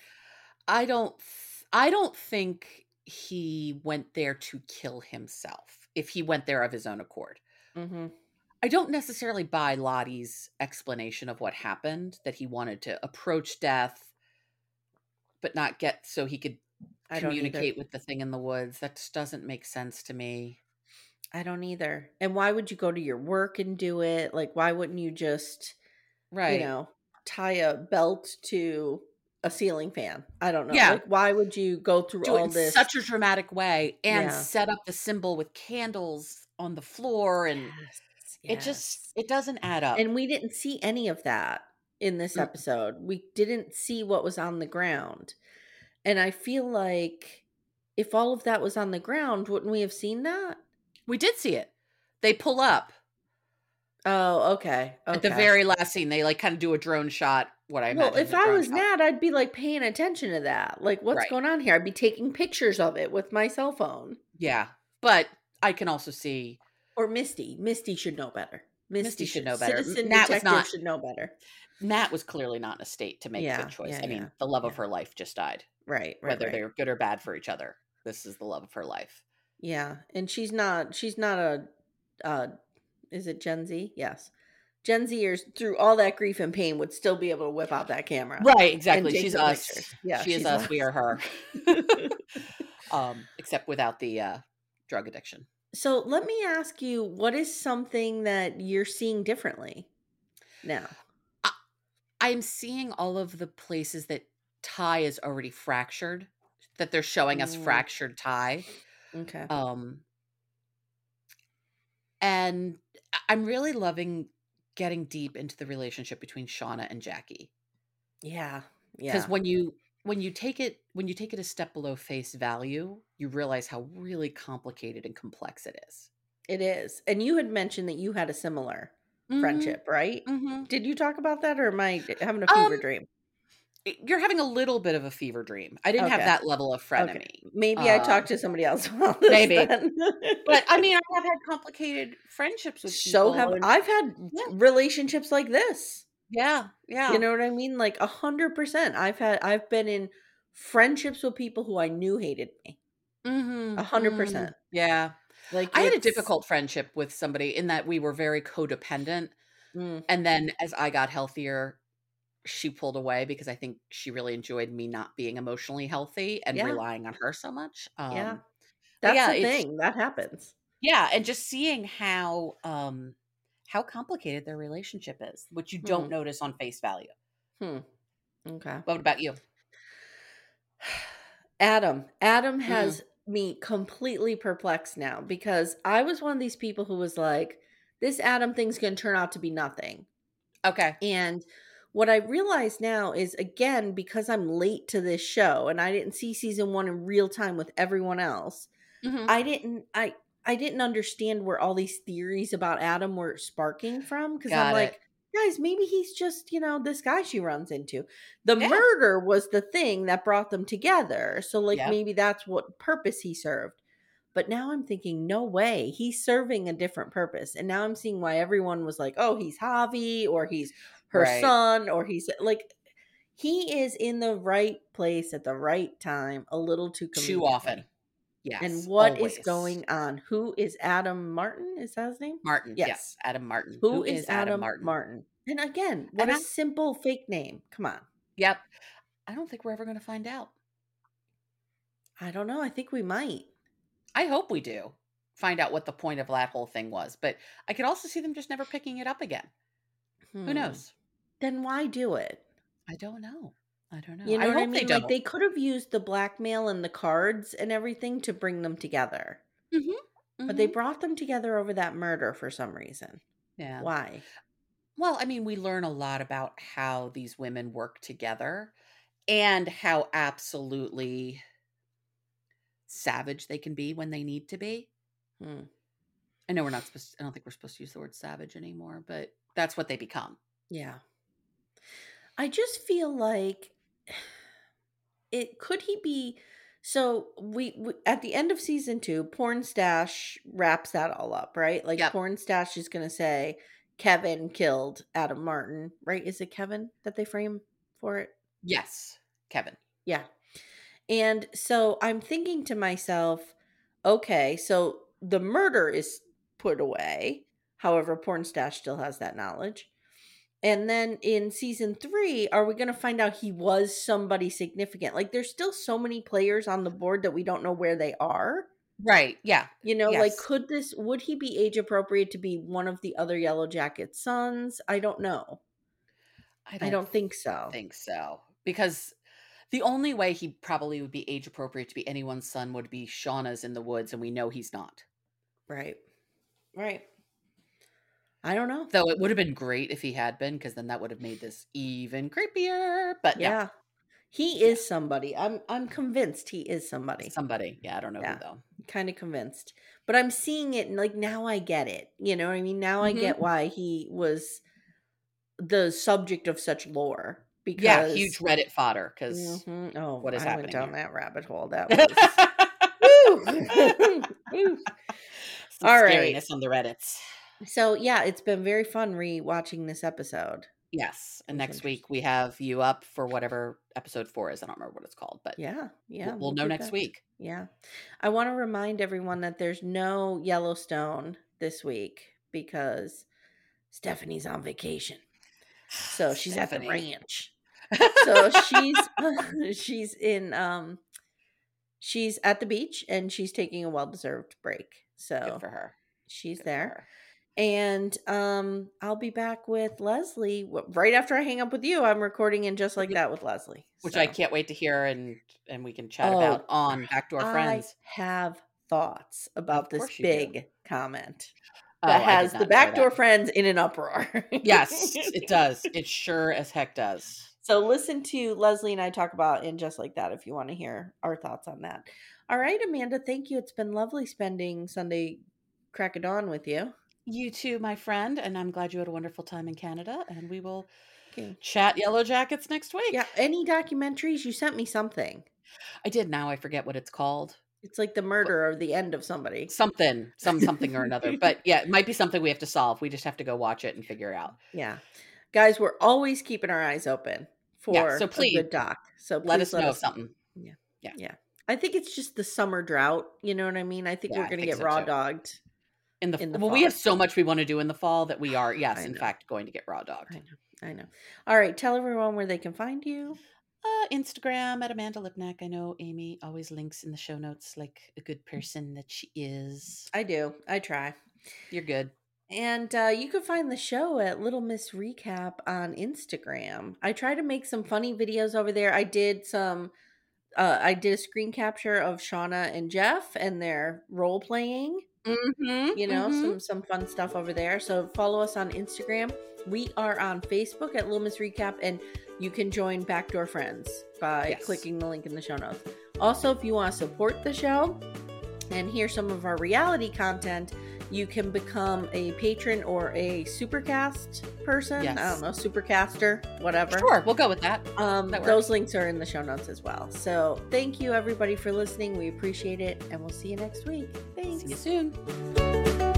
B: I don't th- I don't think he went there to kill himself if he went there of his own accord.
A: Mm-hmm.
B: I don't necessarily buy Lottie's explanation of what happened that he wanted to approach death but not get so he could
A: I don't either.
B: communicate with the thing in the woods. That just doesn't make sense to me.
A: I don't either. And why would you go to your work and do it? Like, why wouldn't you just,
B: Right.
A: you know, tie a belt to a ceiling fan? I don't know.
B: Yeah.
A: Like, why would you go through
B: do it
A: all
B: in
A: this?
B: such a dramatic way and
A: Yeah.
B: set up the symbol with candles on the floor and
A: Yes,
B: it just it doesn't add up.
A: and we didn't see any of that in this
B: Uh Mm.
A: episode. We didn't see what was on the ground. And I feel like if all of that was on the ground, wouldn't we have seen that?
B: we did see it. They pull up
A: Oh, okay. okay.
B: at the very last scene they like kind of do a drone shot what i
A: well,
B: imagine
A: if
B: is a
A: I
B: drone
A: was
B: shot.
A: Nat, I'd be like paying attention to that. Like, what's
B: Right.
A: going on here? I'd be taking pictures of it with my cell phone.
B: yeah but i can also see
A: Or Misty. Misty should know better. Misty,
B: should know better.
A: Citizen
B: Nat was
A: detective
B: not-
A: should know better.
B: nat was clearly not in a state to make a
A: Yeah,
B: good choice
A: yeah,
B: i mean
A: yeah,
B: the love of
A: yeah.
B: her life just died
A: Right, right,
B: whether
A: right.
B: they were good or bad for each other this is the love of her life
A: Yeah, and she's not she's not a uh is it Gen Z? Yes. Gen Zers through all that grief and pain would still be able to whip out that camera.
B: right
A: and
B: exactly
A: take
B: she's
A: the
B: us
A: pictures. Yeah,
B: she is
A: she's
B: us we are her (laughs) um except without the uh drug addiction
A: So let me ask you, what is something that you're seeing differently now?
B: I'm seeing all of the places that Ty is already fractured, that they're showing us
A: Mm.
B: fractured Ty.
A: Okay.
B: Um, and I- I'm really loving getting deep into the relationship between Shauna and Jackie
A: Yeah.
B: because
A: Yeah.
B: when you when you take it when you take it a step below face value, you realize how really complicated and complex it is.
A: It is. And you had mentioned that you had a similar
B: Mhm,
A: friendship, right?
B: mhm.
A: Did you talk about that or am I having a fever
B: Um,
A: dream?
B: It- You're having a little bit of a fever dream. I didn't have
A: Okay.
B: that level of frenemy.
A: Okay. Maybe I
B: uh,
A: talked to somebody else (laughs) about this.
B: maybe.
A: then. (laughs)
B: but I mean, I have had complicated friendships with
A: so
B: people.
A: have
B: and-
A: I've had
B: Yeah.
A: relationships like this.
B: Yeah, yeah.
A: You know what I mean? Like a hundred percent. I've had I've been in friendships with people who I knew hated me.
B: Mhm,
A: A hundred
B: mhm.
A: percent.
B: Yeah.
A: Like
B: I had a
A: it's-
B: difficult friendship with somebody in that we were very codependent.
A: Mm,
B: And then as I got healthier, she pulled away because I think she really enjoyed me not being emotionally healthy and
A: Yeah.
B: relying on her so much. Um,
A: Yeah.
B: but
A: That's
B: yeah,
A: the
B: it's-
A: thing that happens.
B: yeah and just seeing how um how complicated their relationship is which you don't
A: Hmm.
B: notice on face value
A: Hmm. Okay.
B: what about you
A: Adam. Adam
B: Mm.
A: has me completely perplexed now because I was one of these people who was like, this Adam thing's going to turn out to be nothing.
B: okay
A: And what I realize now is again, because I'm late to this show and I didn't see season one in real time with everyone else,
B: Mhm.
A: I didn't, I, I didn't understand where all these theories about Adam were sparking from because I'm
B: Got it.
A: like, guys, maybe he's just, you know, this guy she runs into. The
B: Yeah.
A: murder was the thing that brought them together. So, like,
B: Yep.
A: maybe that's what purpose he served. But now I'm thinking, no way. He's serving a different purpose. And now I'm seeing why everyone was like, oh, he's Javi or he's her
B: Right.
A: son or he's like, he is in the right place at the right time a little too
B: too
A: conveniently.
B: often yes
A: And what is
B: always.
A: going on? Who is Adam Martin? Is that his name?
B: martin
A: Yes.
B: yes. adam martin
A: Who is, Adam, Martin? And again, what
B: And
A: a
B: I-
A: simple fake name. Come on.
B: yep i don't think we're ever going to find out
A: I don't know. I think we might.
B: i hope we do find out what the point of that whole thing was but i could also see them just never picking it up again
A: Hmm.
B: who knows
A: Then why do it?
B: i don't know i don't know
A: You know
B: i
A: what
B: hope
A: I mean?
B: they don't
A: like they could have used the blackmail and the cards and everything to bring them together.
B: Mhm,
A: But they
B: mhm.
A: brought them together over that murder for some reason.
B: yeah
A: Why?
B: Well, I mean, we learn a lot about how these women work together and how absolutely savage they can be when they need to be.
A: Hmm.
B: I know we're not supposed I don't think we're supposed to use the word savage anymore, but that's what they become.
A: Yeah. I just feel like it could he be so we, we at the end of season 2 porn stash wraps that all up right like
B: Yep.
A: porn stash is going to say Kevin killed Adam Martin right is it Kevin that they frame for it
B: Yes, Kevin.
A: yeah. And so I'm thinking to myself, okay, so the murder is put away. However, Pornstash still has that knowledge. And then in season three, are we going to find out he was somebody significant? Like, there's still so many players on the board that we don't know where they are.
B: Right. Yeah.
A: You know, like,
B: Yes.
A: could this, would he be age appropriate to be one of the other Yellow Jacket sons? I don't know. I don't think so.
B: think so. Because the only way he probably would be age appropriate to be anyone's son would be Shauna's in the woods, and we know he's not.
A: Right. Right. I don't know.
B: Though it would have been great if he had been, because then that would have made this even creepier. But yeah.
A: Yeah. He is somebody. I'm I'm convinced he is somebody.
B: Somebody. Yeah, I don't know
A: Yeah.
B: who though.
A: Kind of convinced. But I'm seeing it and like now I get it. You know what I mean? Now I
B: Mhm.
A: get why he was the subject of such lore because
B: Yeah, huge Reddit fodder because
A: Mhm. Oh,
B: what is
A: I
B: happening
A: went down
B: here?
A: that rabbit hole.
B: (laughs)
A: That was Mm-hmm. (laughs) Woo! Woo. All right.
B: scariness on the Reddits.
A: So, yeah, it's been very fun re-watching this episode.
B: Yes, and
A: That's
B: next week we have you up for whatever episode four is. I don't remember what it's called, but
A: Yeah.
B: we'll-
A: Yeah.
B: we'll,
A: we'll
B: know
A: be
B: next
A: back.
B: week.
A: Yeah. I want to remind everyone that there's no Yellowstone this week because Stephanie's on vacation.
B: (sighs)
A: So she's at the
B: Stephanie.
A: ranch.
B: (laughs)
A: So she's (laughs) she's in um she's at the beach and she's taking a well-deserved break. So
B: good for her.
A: she's
B: Good for
A: there.
B: her.
A: And um I'll be back with Leslie wh- right after I hang up with you. I'm recording in just like that with Leslie.
B: which I
A: So
B: can't wait to hear and and we can chat
A: Oh,
B: about on Backdoor Friends.
A: I have thoughts about this
B: course you do.
A: big comment.
B: Oh,
A: that
B: I did
A: has
B: not
A: the
B: hear
A: backdoor
B: that.
A: friends in an uproar. (laughs)
B: Yes, (laughs) it does. It sure as heck does.
A: So listen to Leslie and I talk about in just like that if you want to hear our thoughts on that. All right, Amanda, thank you. It's been lovely spending Sunday crack of dawn with you.
B: You too, my friend, and I'm glad you had a wonderful time in Canada. And we will
A: Okay.
B: chat Yellow Jackets next week.
A: Yeah, any documentaries you sent me something.
B: I did now. I forget what it's called.
A: It's like the murder or the end of somebody.
B: Something, (laughs) some something or another. But yeah, it might be something we have to solve. We just have to go watch it and figure out.
A: Yeah. Guys, we're always keeping our eyes open for
B: Yeah, so
A: a
B: please
A: good doc. So
B: let
A: please
B: us know if something.
A: I think it's just the summer drought. You know what I mean? I think
B: Yeah,
A: we're
B: I
A: going to
B: think
A: get
B: so,
A: raw
B: too.
A: dogged.
B: In the,
A: in the
B: well, we have
A: fall.
B: so much we want to do in the fall that we are, yes,
A: I
B: in
A: know.
B: fact, going to get raw dogged.
A: I know. I know. All right. Tell everyone where they can find you.
B: Uh, Instagram at Amanda Lipnack. I know Amy always links in the show notes like a good person that she is.
A: I do. I try.
B: You're good.
A: And uh, you can find the show at Little Miss Recap on Instagram. I try to make some funny videos over there. I did some, uh, I did a screen capture of Shauna and Jeff and their role playing.
B: Mm-hmm.
A: You know, some some fun stuff over there. So follow us on Instagram. We are on Facebook at Little Miss Recap, and you can join Backdoor Friends by
B: Yes.
A: clicking the link in the show notes. Also, if you want to support the show and hear some of our reality content, you can become a patron or a supercast person. I don't
B: Yes.
A: know, supercaster, whatever.
B: Sure, we'll go with that.
A: Um,
B: That
A: those links are in the show notes as well. So thank you everybody for listening. We appreciate it, and we'll see you next week. Thanks.
B: See you soon.